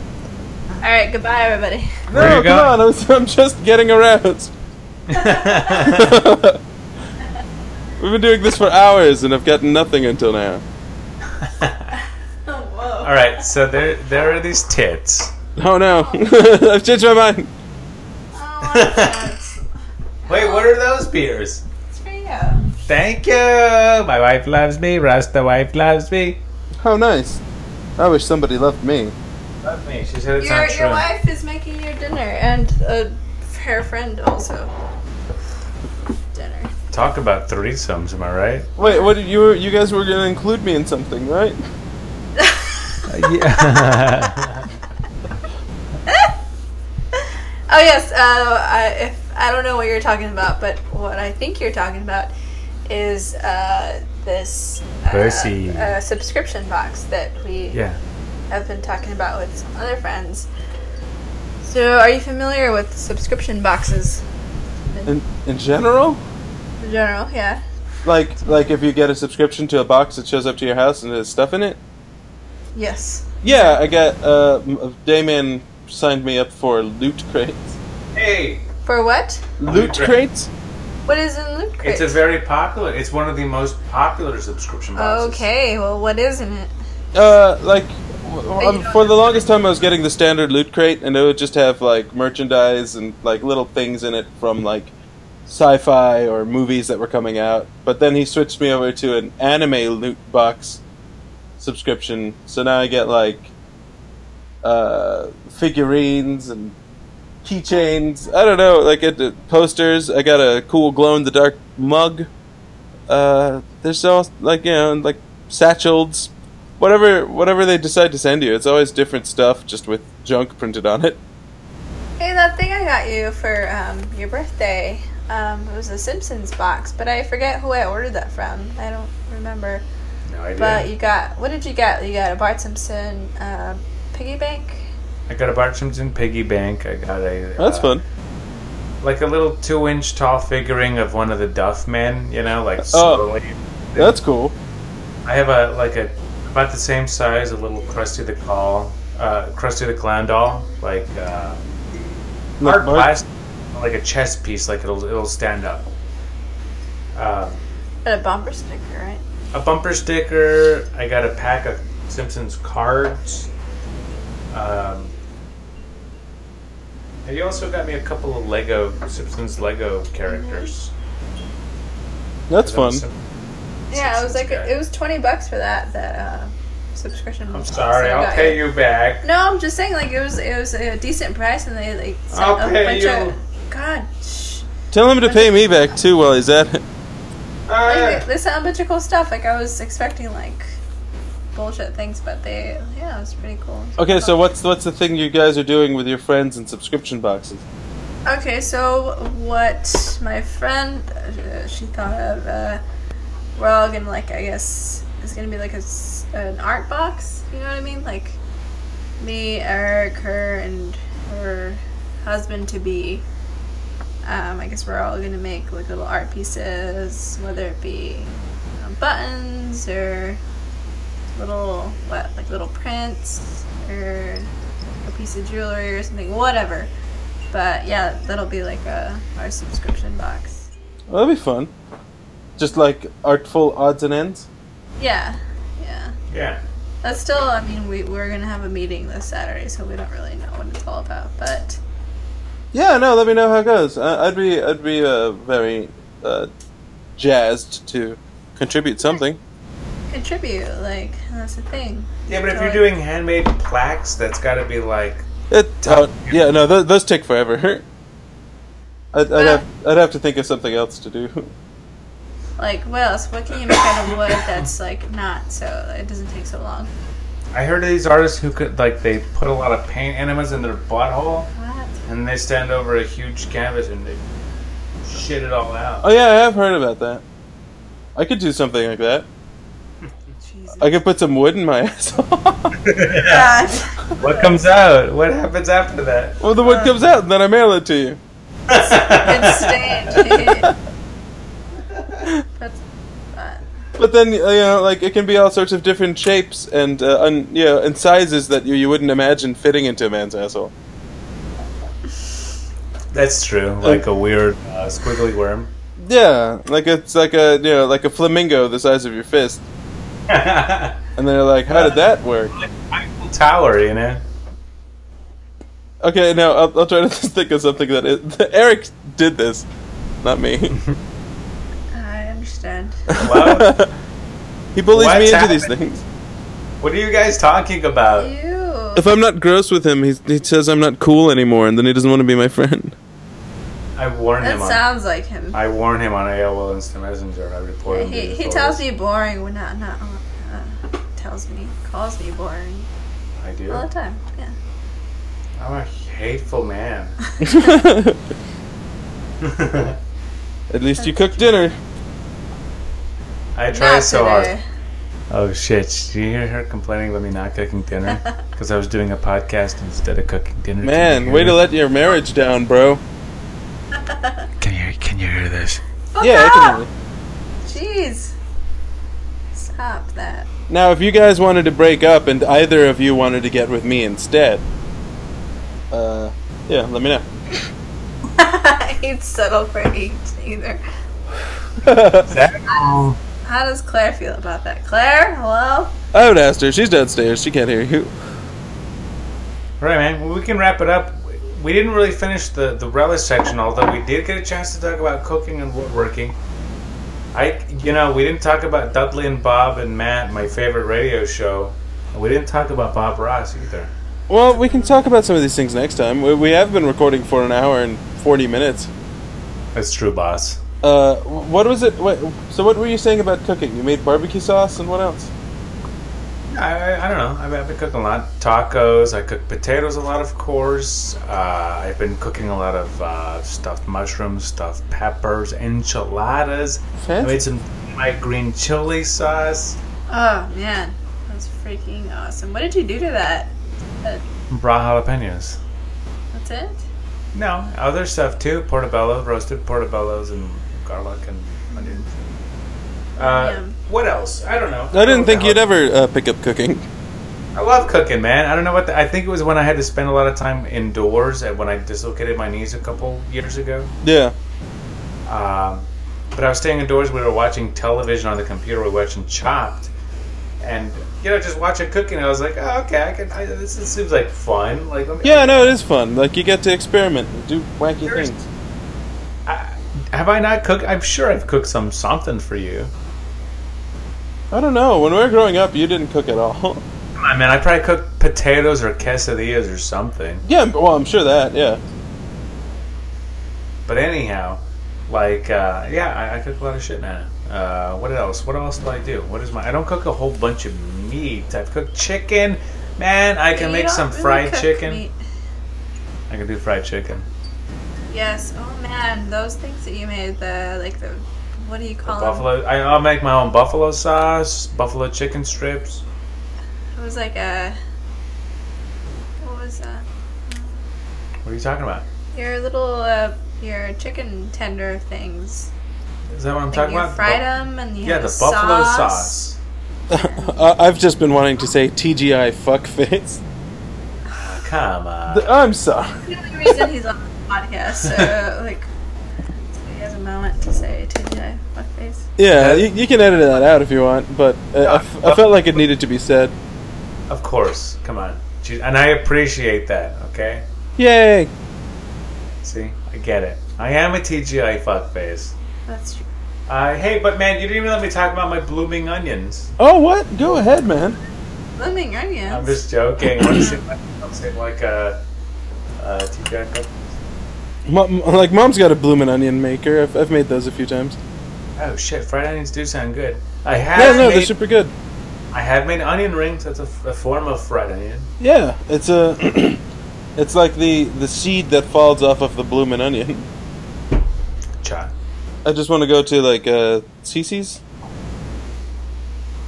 S3: All right. Goodbye, everybody. *laughs*
S5: Where you
S2: Oh, come on,
S5: going?
S2: I'm, I'm just getting aroused. *laughs* We've been doing this for hours and I've gotten nothing until now.
S3: Oh, whoa.
S5: All right, so there there are these tits.
S2: Oh no, *laughs* I've changed my mind.
S3: Oh, what
S5: *laughs*
S3: a
S5: Wait, what are those beers?
S3: It's for you.
S5: Thank you. My wife loves me. Rasta wife loves me.
S2: How nice. I wish somebody loved me.
S5: Love me. She said it's
S3: Your
S5: not true.
S3: your wife is making your dinner, and uh, her friend also. Dinner. *laughs*
S5: Talk about threesomes, am I
S2: *laughs*
S5: right?
S2: Wait, what did you were, you guys were gonna include me in something, right?
S5: yeah.
S3: Oh yes, uh, I, if I don't know what you're talking about, but what I think you're talking about is uh, this uh,
S5: Percy.
S3: Uh, subscription box that we
S5: yeah.
S3: have been talking about with some other friends. So, are you familiar with subscription boxes, Mr.
S2: in, in general,
S3: in general, yeah.
S2: like like if you get a subscription to a box that shows up to your house and there's stuff in it.
S3: Yes.
S2: Yeah, I got uh, m- Dayman signed me up for loot crates.
S5: Hey,
S3: For what?
S2: Loot crates?
S3: What is in loot crate?
S5: it's a very popular. It's one of the most popular subscription boxes.
S3: okay. Well, what is in it?
S2: Uh, like w- um, for the longest time, I was getting the standard loot crate, and it would just have like merchandise and like little things in it from like sci-fi or movies that were coming out. But then he switched me over to an anime loot box subscription, so now I get like uh, figurines and keychains. I don't know, like it, it- posters. I got a cool glow in the dark mug. Uh, there's all like you know like satchels, whatever whatever they decide to send you. It's always different stuff, just with junk printed on it.
S3: Hey, that thing I got you for um, your birthday. Um, it was a Simpsons box, but I forget who I ordered that from. I don't remember.
S5: No idea.
S3: But you got what did you get? You got a Bart Simpson uh, piggy bank.
S5: I got a Bart Simpson piggy bank. I got a.
S2: That's
S5: uh,
S2: fun.
S5: Like a little two-inch tall figuring of one of the Duff men. You know, like
S2: Oh.
S5: slowly.
S2: That's cool.
S5: I have a like a about the same size, a little Krusty the Clown, uh, Krusty the Clown doll, like uh,
S2: Like Bart-
S5: art plastic, like a chess piece, like it'll it'll stand up. Uh,
S3: And a bumper sticker, right?
S5: a bumper sticker. I got a pack of Simpsons cards. Um, and you also got me a couple of Lego Simpsons Lego characters.
S2: That's fun.
S5: Sim-
S3: Yeah, it was like
S5: Simpsons guy.
S3: it was twenty bucks for that that uh, subscription.
S5: I'm sorry, I'll pay you back.
S3: No, I'm just saying like it was it was a decent price, and they like sent
S5: I'll
S3: a
S5: pay
S3: bunch
S5: you.
S3: of God. Shh.
S2: Tell him to pay me back too while he's at it. *laughs*
S3: Like, they, they sent a bunch of cool stuff. Like I was expecting like bullshit things, but they yeah, it was pretty cool.
S2: Okay, so what's what's the thing you guys are doing with your friends and subscription boxes?
S3: Okay, so what my friend uh, she thought of uh, we're all gonna like I guess it's gonna be like a s an art box. You know what I mean? Like me, Eric, her, and her husband to be. Um, I guess we're all gonna make like little art pieces, whether it be you know, buttons or little what like little prints or a piece of jewelry or something, whatever. But yeah, that'll be like a our subscription box.
S2: Well, that'd be fun. Just like artful odds and ends.
S3: Yeah, yeah.
S5: Yeah.
S3: That's still. I mean, we we're gonna have a meeting this Saturday, so we don't really know what it's all about. But
S2: Yeah, no, let me know how it goes. I, I'd be I'd be uh, very uh, jazzed to contribute something.
S3: contribute, like that's the thing.
S5: Yeah, but if you're doing handmade plaques, that's got to be like
S2: It, uh, yeah, no, those, those take forever. *laughs* I'd, I'd, have, I'd have to think of something else to do. *laughs*
S3: Like what else? What can you make out of wood that's like not so it doesn't take so long?
S5: I heard of these artists who could like they put a lot of paint enemas in their butthole
S3: What?
S5: and they stand over a huge canvas and they shit it all out.
S2: Oh yeah, I have heard about that. I could do something like that.
S3: Jesus.
S2: I could put some wood in my *laughs* asshole.
S3: God.
S5: *laughs* What comes out? What happens after that?
S2: well, the wood comes out, and then I mail it to you.
S3: It's stained. that's uh, fun.
S2: But then you know, like it can be all sorts of different shapes and uh, un, you know, and sizes that you, you wouldn't imagine fitting into a man's asshole.
S5: *laughs* That's true. Like a weird uh, squiggly worm. *laughs*
S2: Yeah, like it's like a you know like a flamingo the size of your fist.
S5: Eiffel
S2: And they're like, how did that work?
S5: Tower, you know.
S2: Okay, now I'll, I'll try to *laughs* think of something that is, *laughs* Eric did this, not me.
S3: I understand.
S2: *laughs*
S5: Hello?
S2: he bullies
S5: What's
S2: me into
S5: happening?
S2: these things.
S5: What are you guys talking about?
S3: Ew.
S2: If I'm not gross with him, he, he says I'm not cool anymore, and then he doesn't want to be
S3: *laughs*
S2: my friend.
S5: I warn
S3: That
S5: him. On,
S3: sounds like him.
S5: I warn him on AOL Instant Messenger. I report him. to
S3: He,
S5: the
S3: he tells
S5: authorities.
S3: me boring when not not uh, tells me calls me boring
S5: I do.
S3: all the time. Yeah.
S5: I'm a hateful man.
S2: At least you cook dinner.
S5: I try
S3: Not
S5: so hard.
S3: today.
S5: Oh shit! Did you hear her complaining about me not
S3: *laughs*
S5: cooking dinner? Because I was doing a podcast instead of cooking dinner.
S2: Man, way to let your marriage down, bro.
S5: Can you,
S1: you hear this?
S3: Fuck
S2: Yeah, I can
S3: off!
S2: hear it.
S3: Jeez. Stop that. *laughs*
S2: Now, if you guys wanted to break up and either of you wanted to get with me instead, uh, yeah, let me
S3: He'd settle for eight either.
S2: know. *laughs*
S3: How does Claire feel about that? Claire, hello?
S2: I would ask her. She's downstairs. She can't hear you.
S5: All right, man. Well, we can wrap it up. We didn't really finish the, the relish section, although we did get a chance to talk about cooking and woodworking. I, you know, we didn't talk about Dudley and Bob and Matt, my favorite radio show. And we didn't talk about Bob Ross either.
S2: Well, we can talk about some of these things next time. We, we have been recording for an hour and 40 minutes.
S5: That's true, boss.
S2: Uh, what was it? Wait, so, what were you saying about cooking? You made barbecue sauce and what else?
S5: I, I, I don't know. I've, I've been cooking a lot. Tacos. I cook potatoes a lot, of course. Uh, I've been cooking a lot of uh, stuffed mushrooms, stuffed peppers, enchiladas. I made some my green chili sauce.
S3: Oh, man. That's freaking awesome. What did you do to that?
S5: Raw jalapenos.
S3: That's it?
S5: No, other stuff too. Portobello, roasted portobellos, and garlic and onions. Uh,
S3: Yum.
S5: what else? I don't know.
S2: I didn't think
S5: What
S2: you'd
S5: the hell-
S2: ever uh, pick up cooking.
S5: I love cooking, man. I don't know what. The, I think it was when I had to spend a lot of time indoors, and when I dislocated my knees a couple years ago.
S2: *laughs* Yeah.
S5: Um, but I was staying indoors. We were watching television on the computer. We were watching Chopped, and you know, just watching cooking. I was like, oh, okay, I can. I, this, this seems like fun. Like, let me,
S2: Yeah, no, it is fun. Like, you get to experiment and do wacky things.
S5: I, have I not cooked? I'm sure I've cooked some something for you.
S2: I don't know. When we were growing up, you didn't cook at all. *laughs*
S5: Come on, man. I probably cooked potatoes or quesadillas or something.
S2: yeah, well, I'm sure that, yeah.
S5: But anyhow, like, uh, yeah, I, I cook a lot of shit now. Uh, what else? What else do I do? What is my? I don't cook a whole bunch of meat. I've cooked chicken. Man, I can
S3: You
S5: make
S3: don't
S5: some
S3: really
S5: fried
S3: cook
S5: chicken.
S3: meat.
S5: I can do fried chicken.
S3: Yes. Oh, man. Those things that you made, the, like, the, what do you call them?
S5: Buffalo. I, I'll make my own buffalo sauce, buffalo chicken strips.
S3: It was like a, what was that?
S5: What are you talking about?
S3: Your little, uh, your chicken tender things.
S5: Is that what I'm
S3: Like
S5: talking
S3: you
S5: about?
S3: fried
S5: Bu-
S3: them and you
S5: Yeah,
S3: had
S5: the
S3: a
S5: buffalo
S3: sauce.
S5: sauce.
S2: *laughs* I- I've just been wanting to say TGI *laughs* fuckface.
S5: Ah, Come on.
S2: Th- I'm sorry.
S3: The only reason he's on the podcast, so *laughs* like, so he has a moment to say TJ fuckface.
S2: Yeah, you, you can edit that out if you want, but uh, I, f- I felt like it needed to be said.
S5: Of course. Come on. Gee, And I appreciate that, okay?
S2: Yay!
S5: See? I get it. I am a TGI fuckface.
S3: That's true.
S5: Uh, hey, but man, you didn't even let me talk about my blooming onions.
S2: Oh, what? Go ahead, man.
S3: Blooming onions.
S5: I'm just joking. I
S3: *coughs*
S5: want to say, I'm saying like a, uh TGI fuckface.
S2: Mo- m- like, mom's got a bloomin' onion maker. I've, I've made those a few times.
S5: Oh shit, fried onions do sound good. I
S2: No,
S5: have
S2: no, they're
S5: made,
S2: super good.
S5: I have made onion rings. That's a, f- a form of fried onion.
S2: Yeah, it's a, *clears throat* it's like the the seed that falls off of the bloomin' onion.
S5: Cha.
S2: I just want to go to like uh, Cece's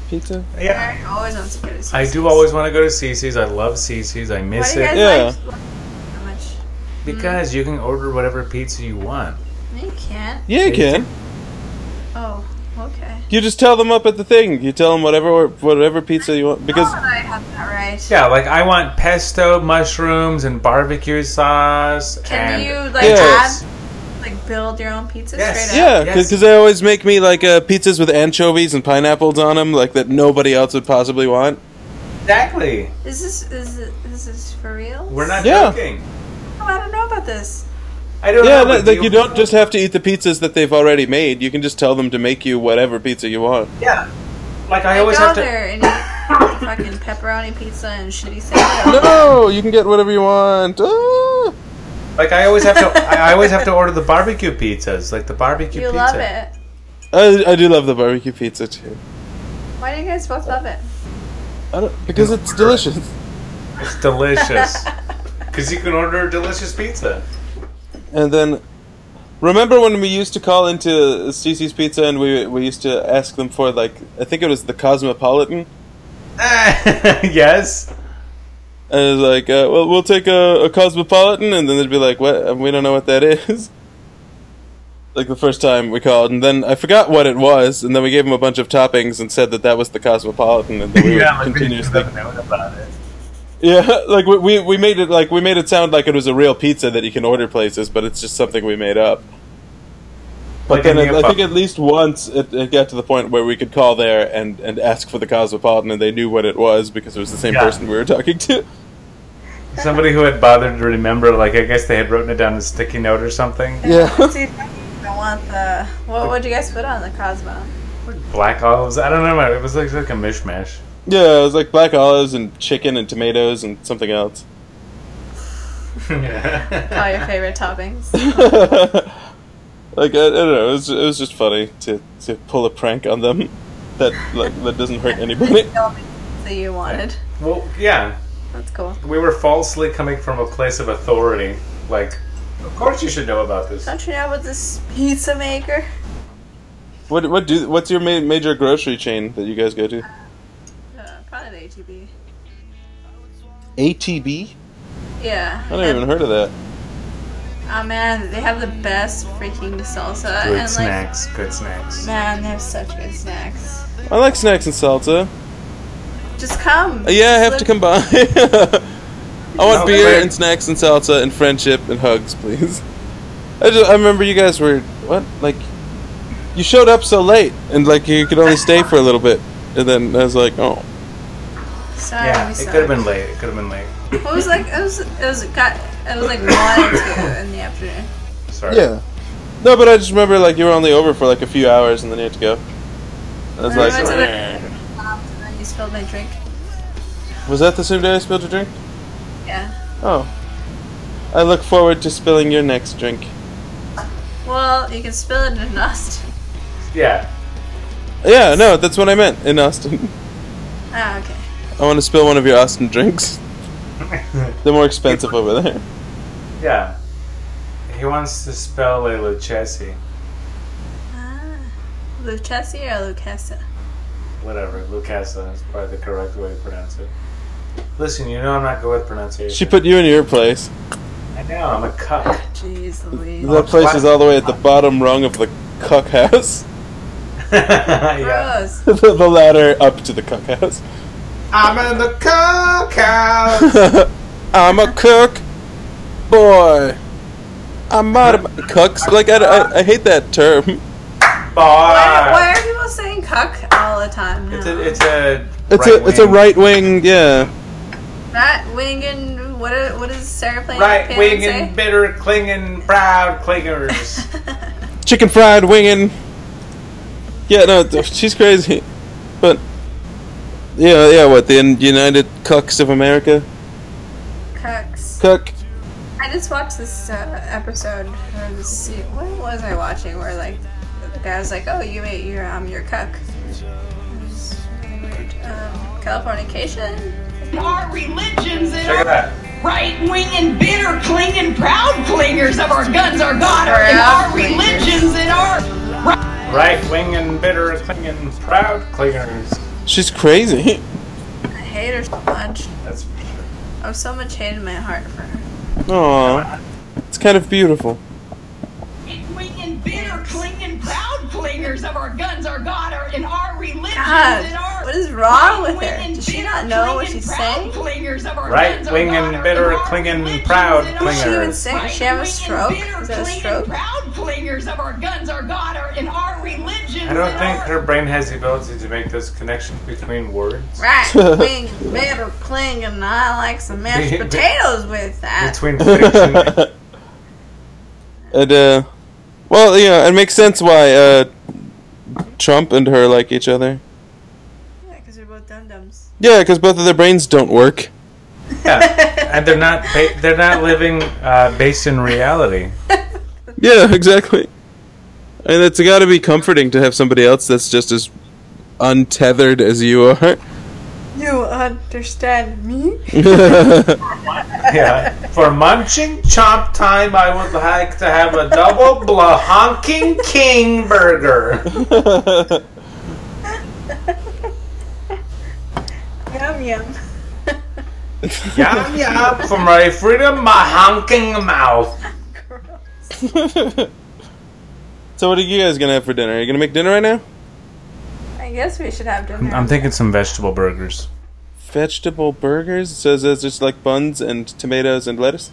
S2: pizza.
S5: Yeah.
S3: I always on security.
S5: I do always want to go to CC's. I love CC's. I
S3: Why
S5: miss
S3: do you guys Mm.
S5: it
S2: Yeah.
S3: like blooming so much?
S5: because you can order whatever pizza you want.
S3: No, You can't.
S2: Yeah, you can.
S3: Oh, okay.
S2: You just tell them up at the thing. You tell them whatever whatever pizza you want because
S3: oh, I have that right.
S5: Yeah, like I want pesto, mushrooms, and barbecue sauce.
S3: Can
S5: and
S3: you like
S2: Yes.
S3: add, like build your own pizza
S5: Yes.
S3: straight up?
S2: Yeah, because
S5: Yes.
S2: they always make me like uh, pizzas with anchovies and pineapples on them, like that nobody else would possibly want.
S5: Exactly.
S3: Is this is it, is this for real?
S5: We're not
S2: Yeah.
S5: joking.
S3: Oh, I don't know about this.
S5: I don't
S2: Yeah,
S5: know.
S2: like
S5: but
S2: you don't just have to eat the pizzas that they've already made. You can just tell them to make you whatever pizza you want.
S5: Yeah. Like I
S3: I,
S5: always
S3: go
S5: have to.
S3: there and eat *laughs* fucking pepperoni pizza and shitty salad.
S2: No, you can get whatever you want. Ah!
S5: Like I
S3: *laughs*
S5: always have to. I I always have to order the barbecue pizzas. Like the barbecue
S3: You
S5: pizza.
S3: love it.
S2: I, I do love the barbecue pizza too.
S3: Why do you guys both love it?
S2: I don't, because it's delicious.
S3: *laughs*
S5: It's delicious. Because you can order delicious
S2: *laughs*
S5: pizza. *laughs*
S2: And then, remember when we used to call into Cece's Pizza and we we used to ask them for like I think it was the Cosmopolitan.
S5: yes.
S2: And it was like, uh, well, we'll take a, a cosmopolitan, and then they'd be like, what? We don't know what that is. *laughs* like the first time we called, and then I forgot what it was, and then we gave him a bunch of toppings and said that that was the Cosmopolitan, and that we
S5: *laughs* yeah,
S2: would
S5: like, we
S2: continuously.
S5: don't know about it.
S2: Yeah, *laughs* like we, we we made it like we made it sound like it was a real pizza that you can order places, but it's just something we made up. But
S5: Like
S2: then
S5: in
S2: I
S5: the
S2: I think
S5: pub.
S2: at least once it, it got to the point where we could call there and, and ask for the Cosmopolitan, and they knew what it was because it was the same
S5: Yeah.
S2: person we were talking to.
S5: Somebody who had bothered to remember, like I guess they had written it down in a sticky note or something.
S2: Yeah.
S3: See, I want the. What would you guys put on the Cosmo?
S5: Black olives. I don't know. It was like, like a mishmash.
S2: *laughs* Yeah, it was like black olives and chicken and tomatoes and something else. *laughs*
S3: All your favorite
S5: *laughs*
S3: toppings.
S2: like I, I don't know, it was, it was just funny to, to pull a prank on them that like that doesn't hurt anybody. *laughs*
S3: that you wanted.
S5: well, yeah,
S3: That's cool.
S5: we were falsely coming from a place of authority. Like, of course you should know about this.
S3: Don't you know about this pizza maker?
S2: What what do what's your ma- major grocery chain that you guys go to?
S3: Uh, probably the ATB.
S2: ATB.
S3: Yeah.
S2: I never even heard of that.
S3: Oh man, they have the best freaking salsa.
S5: Good
S3: and like,
S5: snacks. Good snacks.
S3: man, they have such good snacks.
S2: I like snacks and salsa.
S3: Just come.
S2: Uh, Yeah, I have
S3: Just
S2: to
S3: look-
S2: come by. *laughs* I want
S5: No,
S2: beer
S5: wait.
S2: and snacks and salsa and friendship and hugs, please. I just I remember you guys were what like you showed up so late and like you could only stay for a little bit and then I was like oh
S3: Sorry,
S5: Yeah,
S3: we
S5: it
S3: suck.
S5: could have been late. It could have been late.
S3: It was like it was it was got it was like one or two in the afternoon.
S5: Sorry.
S2: No, but I just remember like you were only over for like a few hours and then you had to go. I
S3: When
S2: was
S3: I went to
S2: like,
S3: the um, and then you spilled my drink.
S2: was that the same day I spilled your drink?
S3: Yeah.
S2: Oh, I look forward to spilling your next drink.
S3: Well, you can spill it in us.
S5: Yeah. *laughs*
S2: Yeah, no, that's what I meant in Austin. *laughs*
S3: Ah, okay.
S2: I want to spill one of your Austin drinks. They're more expensive over there.
S5: Yeah. He wants to spell a Lucchesi.
S3: Ah, Lucchesi or Lucchesa?
S5: Whatever. Lucasa is probably the correct way to pronounce it. Listen, you know I'm not good with pronunciation.
S2: She put you in your place.
S5: I know, I'm a
S2: *laughs*
S5: cuck.
S3: Jeez Louise.
S2: That place is all the way at the bottom rung of the cuck house. *laughs*
S5: yeah.
S3: Gross.
S2: the the ladder up to the cuck house. *laughs*
S5: I'm in the cuck house.
S2: I'm a cook, boy. I'm out of my cucks. Like I, I, I hate that term.
S3: Why, why
S5: Bar.
S3: are people saying cuck all the time now?
S5: Ah. It's a, it's a.
S2: It's a it's a right wing. Yeah,
S3: That wing and what? Are, what is Sarah playing?
S5: Right wing
S3: say?
S5: and bitter clinging proud clingers.
S2: chicken fried winging. Yeah, no, th- she's crazy, but yeah, yeah. What the United Cucks of America?
S3: Cucks.
S2: Cuck.
S3: I just watched this uh, episode or this se- What was I watching? Where like the guy was like, "Oh, you ate your um your cuck." It was really weird. Um, Californication.
S8: Our religions and
S5: Check it
S8: our
S5: out.
S8: right wing and bitter clinging proud clingers of our guns, our God, our, and
S3: Proud
S8: our
S3: clingers.
S8: religions and our
S5: Right wing and bitter clinging proud clingers.
S2: She's crazy. *laughs*
S3: I hate her so much.
S5: That's for sure.
S3: I have so much hate in my heart for her.
S2: Aww, it's kind of *laughs* beautiful.
S8: right wing and bitter clinging proud clingers of our guns, our God, our, and our religions and
S3: God,
S8: our
S3: what is wrong with
S8: right-wing
S3: her?
S8: and
S3: Does she
S8: bitter
S3: not know what
S8: clinging
S3: she's
S8: proud
S3: saying?
S8: clingers of our
S5: Right
S8: guns, our
S5: wing
S8: God,
S5: and
S8: our-
S5: bitter
S8: our
S5: clinging
S8: religions
S5: proud
S8: and our-
S3: Does she
S5: clinger.
S3: even sing? Does she have a
S8: Right-wing and
S3: stroke?
S8: bitter
S3: Is that a
S8: clinging
S3: stroke?
S8: Proud clingers of our guns, our God, our, and our religions.
S5: I don't
S8: and
S5: think
S8: our-
S5: her brain has the ability to make those connections between words.
S3: Right wing and bitter clinging. I like some mashed
S5: Be- be-
S3: potatoes with that.
S5: Between
S2: *laughs*
S5: fiction and
S2: and uh, well, yeah, it makes sense why uh, Trump and her like each other.
S3: Yeah, because we're both dum dums.
S2: Yeah, because both of their brains don't work.
S5: Yeah, and they're not ba- they're not living uh, based in reality.
S2: Yeah, *laughs* exactly. And it's got to be comforting to have somebody else that's just as untethered as you are. *laughs*
S3: You understand me?
S5: Yeah. For munching chomp time, I would like to have a double blah honking king burger.
S3: Yum yum. *laughs*
S5: Yum yum for my freedom, my honking mouth.
S2: So what are you guys gonna have for dinner? Are you gonna make dinner right now?
S3: I guess we should have dinner.
S5: I'm thinking some vegetable burgers.
S2: Vegetable burgers? It says it's just like buns and tomatoes and lettuce.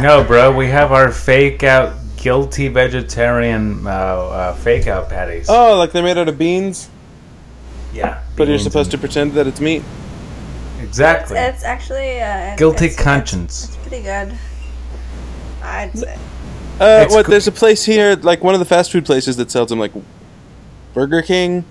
S5: No, bro, we have our fake out guilty vegetarian uh, uh, fake out patties.
S2: Oh, like they're made out of beans,
S5: yeah,
S2: but you're
S5: beans
S2: supposed to
S5: and-
S2: pretend that it's meat.
S5: exactly.
S3: It's actually uh, it-
S5: Guilty
S3: it's-
S5: conscience.
S3: It's, it's pretty good. I'd say.
S2: Uh,
S5: It's
S2: what?
S5: coo-
S2: There's a place here, like one of the fast food places that sells them, like Burger King.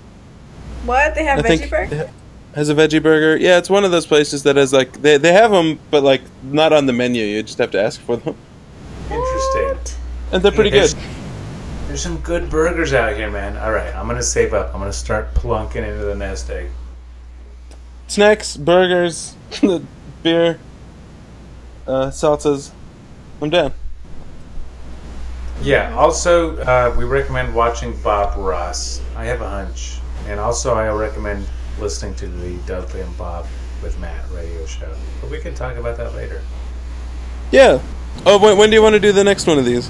S3: What they have
S2: I
S3: veggie
S2: think
S3: burger?
S2: has a veggie burger. Yeah, it's one of those places that has like they they have them, but like not on the menu. You just have to ask for them, *laughs*
S5: Interesting.
S3: What?
S2: and they're pretty
S5: There's-
S2: good.
S5: There's some good burgers out here, man. All right, I'm gonna save up. I'm gonna start plunking into the nest egg.
S2: Snacks, burgers, *laughs* beer, uh, salsas. I'm down.
S5: Yeah. Also, uh, we recommend watching Bob Ross. I have a hunch, and also I recommend listening to the Dudley and Bob with Matt radio show. But we can talk about that later.
S2: Yeah. Oh, when, when do you want to do the next one of these?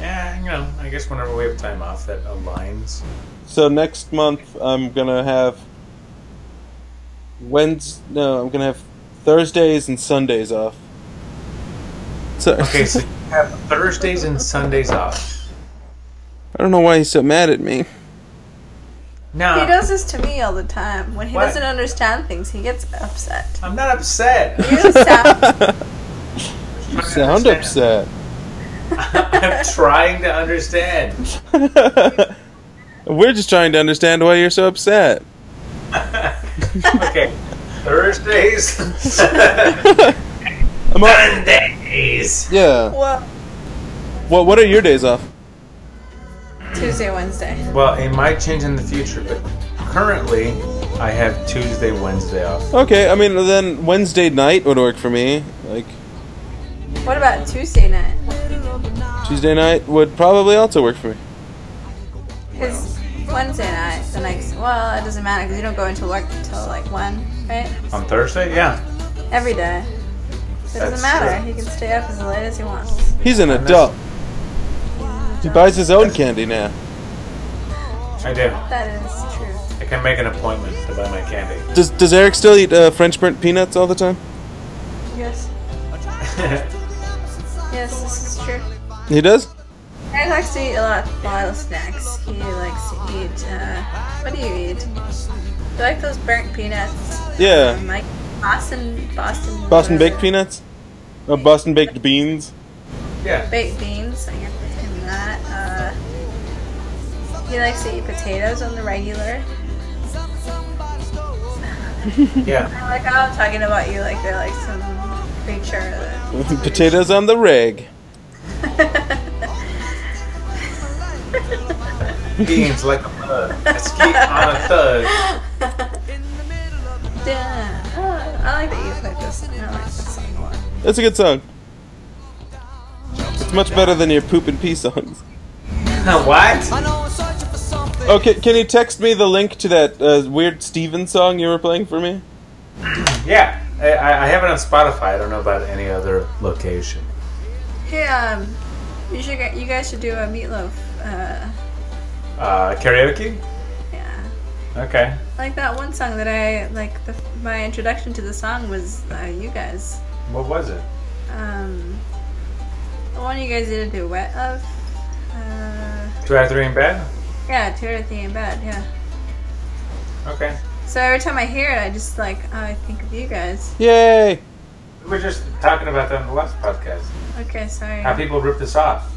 S5: Yeah, you know, I guess whenever we have time off, that aligns.
S2: So next month I'm gonna have Wednesday. No, I'm gonna have Thursdays and Sundays off. So,
S5: Okay, so you have Thursdays and Sundays off.
S2: I don't know why he's so mad at
S3: He
S2: me.
S5: No,
S3: does this to me all the time. When he
S5: Ah. What?
S3: doesn't understand things, he gets
S5: *laughs*
S3: upset.
S5: I'm not upset. I'm
S3: You sound
S5: trying to
S2: Sound upset.
S5: understand. I'm trying to understand.
S2: *laughs* We're just trying to understand why you're so upset. *laughs*
S5: Okay, *laughs* Thursdays,
S2: I'm all-
S5: Sundays.
S2: yeah.
S3: well.
S2: What What are your days off?
S3: Tuesday, Wednesday.
S5: Well, it might change in the future, but currently, I have Tuesday, Wednesday off.
S2: Okay, I mean then Wednesday night would work for me. Like
S3: What about Tuesday night?
S2: Tuesday night would probably also work for me.
S3: Because Wednesday night, the next. Well, it doesn't matter because you don't go into work until like one, right?
S5: On Thursday, yeah.
S3: Every day. It doesn't
S5: That's
S3: matter.
S5: true.
S3: He can stay up as late as he wants.
S2: He's an adult. He buys his own candy now.
S5: I do.
S3: That is true.
S5: I can make an appointment to buy my candy. *laughs*
S2: Does Does Eric still eat uh, French burnt peanuts all the time?
S3: Yes. Yes, this is true.
S2: He does.
S3: I likes to eat a lot of wild snacks. He likes to eat. Uh, what do you eat? Do you like those burnt peanuts?
S2: Yeah.
S3: Um, like Boston, Boston.
S2: Boston
S3: whatever.
S2: baked peanuts. Or Boston baked beans. *laughs*
S5: yeah.
S3: Baked beans. I guess it's in that. Uh, he likes to eat potatoes on the regular.
S5: Yeah.
S3: I like how I'm talking about you like they're like some creature. That, *laughs*
S2: Potatoes on the reg.
S5: Beans like a thug. A ski on a thug.
S3: yeah. Oh, I like that you like this. I like this song a lot.
S2: That's a good song. It's much better than your poop and pee songs.
S5: *laughs* what?
S2: Okay, can you text me the link to that uh, weird Steven song you were playing for me?
S5: Yeah. I, I I have it on Spotify. I don't know about any other location.
S3: Hey, um, you should get, you guys should do a meatloaf. Uh,
S5: Uh, karaoke?
S3: yeah.
S5: Okay.
S3: Like that one song that I like. The, my introduction to the song was uh, you guys.
S5: What was it?
S3: Um, the one you guys did a duet of. Uh,
S5: Two out of three in bed?
S3: yeah, two or three in bed. Yeah.
S5: Okay.
S3: So every time I hear it, I just like oh, I think of you guys.
S2: Yay!
S5: We were just talking about that in the last podcast.
S3: Okay, sorry.
S5: How people ripped us off.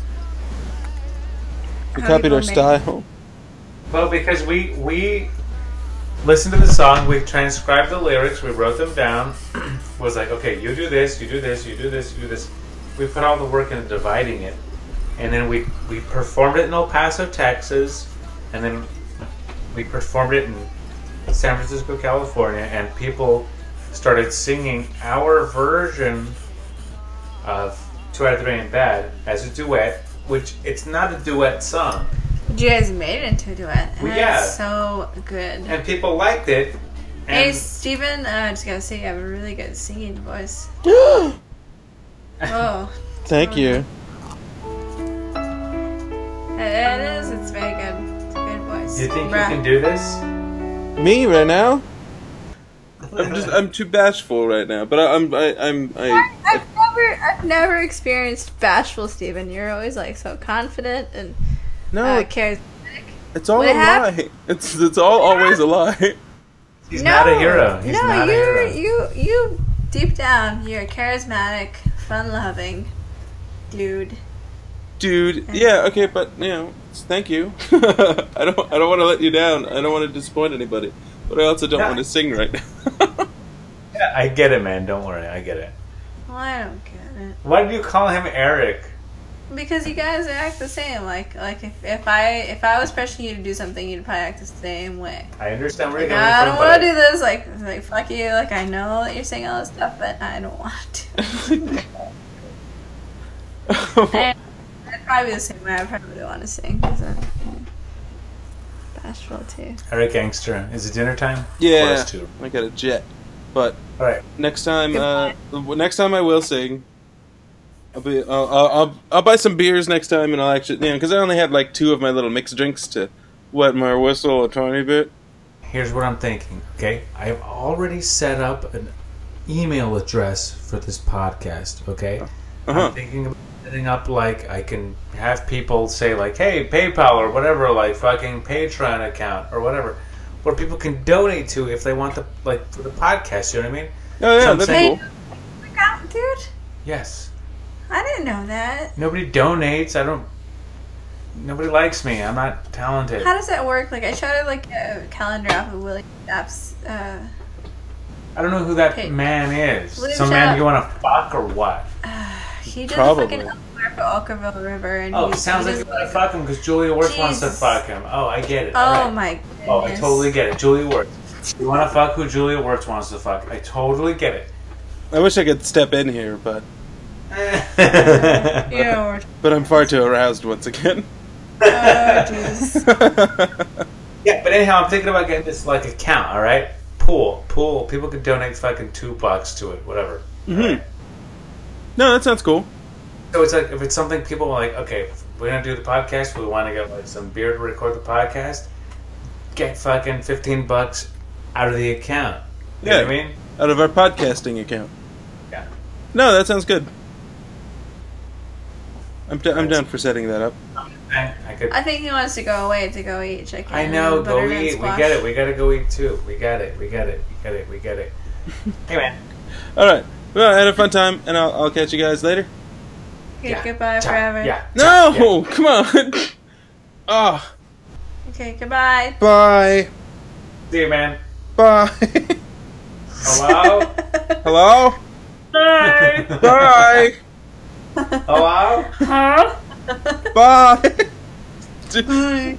S2: We
S3: How
S2: copied
S3: people
S2: our
S3: make-
S2: style.
S5: Well, because we we listened to the song, we transcribed the lyrics, we wrote them down. *clears throat* was like, okay, you do this, you do this, you do this, you do this. We put all the work into dividing it, and then we we performed it in El Paso, Texas, and then we performed it in San Francisco, California, and people started singing our version of Two Out of Three in Bed as a duet, which it's not a duet song.
S3: you guys made it into a duet. And
S5: We-
S3: that's So good.
S5: and people liked it.
S3: Hey,
S5: And
S3: Steven, uh, I just gotta say, you have a really good singing
S5: *laughs*
S3: voice.
S2: *gasps*
S3: oh,
S2: Thank you.
S3: I It is. It's very good. It's a good voice.
S5: Do you think you
S3: Right.
S5: can do this?
S2: Me right now? I'm just I'm too bashful right now, but I, I'm I, I'm I.
S3: I've never, I've never experienced bashful Steven. You're always like so confident and
S2: No,
S3: uh, cares.
S2: it's all a
S3: what happened?
S2: lie. *laughs* It's it's all always a lie. *laughs*
S5: He's not a hero. He's
S3: no,
S5: not a
S3: you're,
S5: hero.
S3: you, you, deep down, you're charismatic, fun-loving dude.
S2: Dude, yeah, okay, but you know, thank you. *laughs* I don't I don't want to let you down. I don't want to disappoint anybody, but I also don't
S5: No.
S2: want to sing right
S3: *laughs*
S2: now. *laughs*
S5: Yeah, I get it, man. Don't worry. I get it.
S3: Well, I don't get it.
S5: Why do you call him Eric?
S3: Because you guys act the same. Like like if, if I if I was pressuring you to do something, you'd probably act the same way.
S5: I understand where
S3: Like
S5: you're
S3: I
S5: coming
S3: don't
S5: from.
S3: want
S5: but
S3: to do this. Like like fuck you. Like I know that you're saying all this stuff, but I don't want to. I'd probably be the same way. I probably would want to sing. 'cause I'm bashful too.
S5: Eric Angster. Is it dinner time? For
S2: yeah,
S5: us two.
S2: I got a jet, but
S5: All right.
S2: next time, uh, w- next time I will sing. I'll be I'll, I'll, I'll I'll buy some beers next time, and I'll actually you know because I only had like two of my little mixed drinks to wet my whistle a tiny bit.
S5: Here's what I'm thinking. Okay, I've already set up an email address for this podcast. Okay,
S2: Uh-huh.
S5: I'm thinking of setting up like I can have people say like, "Hey, PayPal or whatever, like fucking Patreon account or whatever," where people can donate to if they want the like for the podcast. You know what I mean?
S2: Oh yeah,
S5: Some
S2: that's
S5: say-
S2: cool.
S3: Look out, dude.
S5: Yes.
S3: I didn't know that.
S5: Nobody donates. I don't. Nobody likes me. I'm not talented.
S3: How does that work? Like I showed her like a calendar off of Willie App's. Uh,
S5: I don't know who that
S3: Hey.
S5: man is.
S3: Lou,
S5: Some
S3: shut
S5: man
S3: up.
S5: you want to fuck or what?
S3: he did
S2: Probably.
S3: a fucking umpire for Ockerville River, and
S5: Oh,
S3: he-
S5: it sounds
S3: he
S5: like you
S3: does-
S5: want to fuck him because Julia Wirth wants to
S3: Jesus.
S5: fuck him. Oh, I get it.
S3: Oh
S5: Alright.
S3: my goodness.
S5: Oh, I totally get it. Julia Wirth. You want to fuck who Julia Wirth wants to fuck. I totally
S3: *laughs*
S5: get it.
S2: I wish I could step in here, but
S3: Ew,
S5: *laughs*
S3: oh,
S2: but I'm far too aroused once again. *laughs* Mm-hmm.
S3: jeez.
S5: yeah, but anyhow, I'm thinking about getting this like account. All right, pool, pool. People could donate fucking two bucks to it, whatever.
S2: Mhm. No, that sounds cool.
S5: So it's like if it's something people are like, okay, we're gonna do the podcast. We want to get like some beer to record the podcast. Get fucking fifteen bucks out of the account. You know what I
S2: Yeah.
S5: mean?
S2: Out of our podcasting account.
S5: Yeah.
S2: No, that sounds good. I'm, d- I'm down for setting that up.
S5: I could
S3: I think he wants to go away to go eat chicken.
S5: I know.
S3: and
S5: Go
S3: butternut
S5: eat. We
S3: squash.
S5: get it. We gotta go eat too. We got it. We got it. We got it. We got it. hey man.
S2: All right. Well, I had a fun time, and I'll, I'll catch you guys later.
S3: Okay,
S5: Yeah.
S3: goodbye
S5: Ciao.
S3: forever.
S5: Yeah.
S2: No, come on. *laughs* Ah,
S3: Okay, goodbye.
S2: bye,
S5: See you, man.
S2: bye.
S3: *laughs*
S5: Hello.
S2: Hello, bye,
S5: Hello.
S2: *laughs* bye.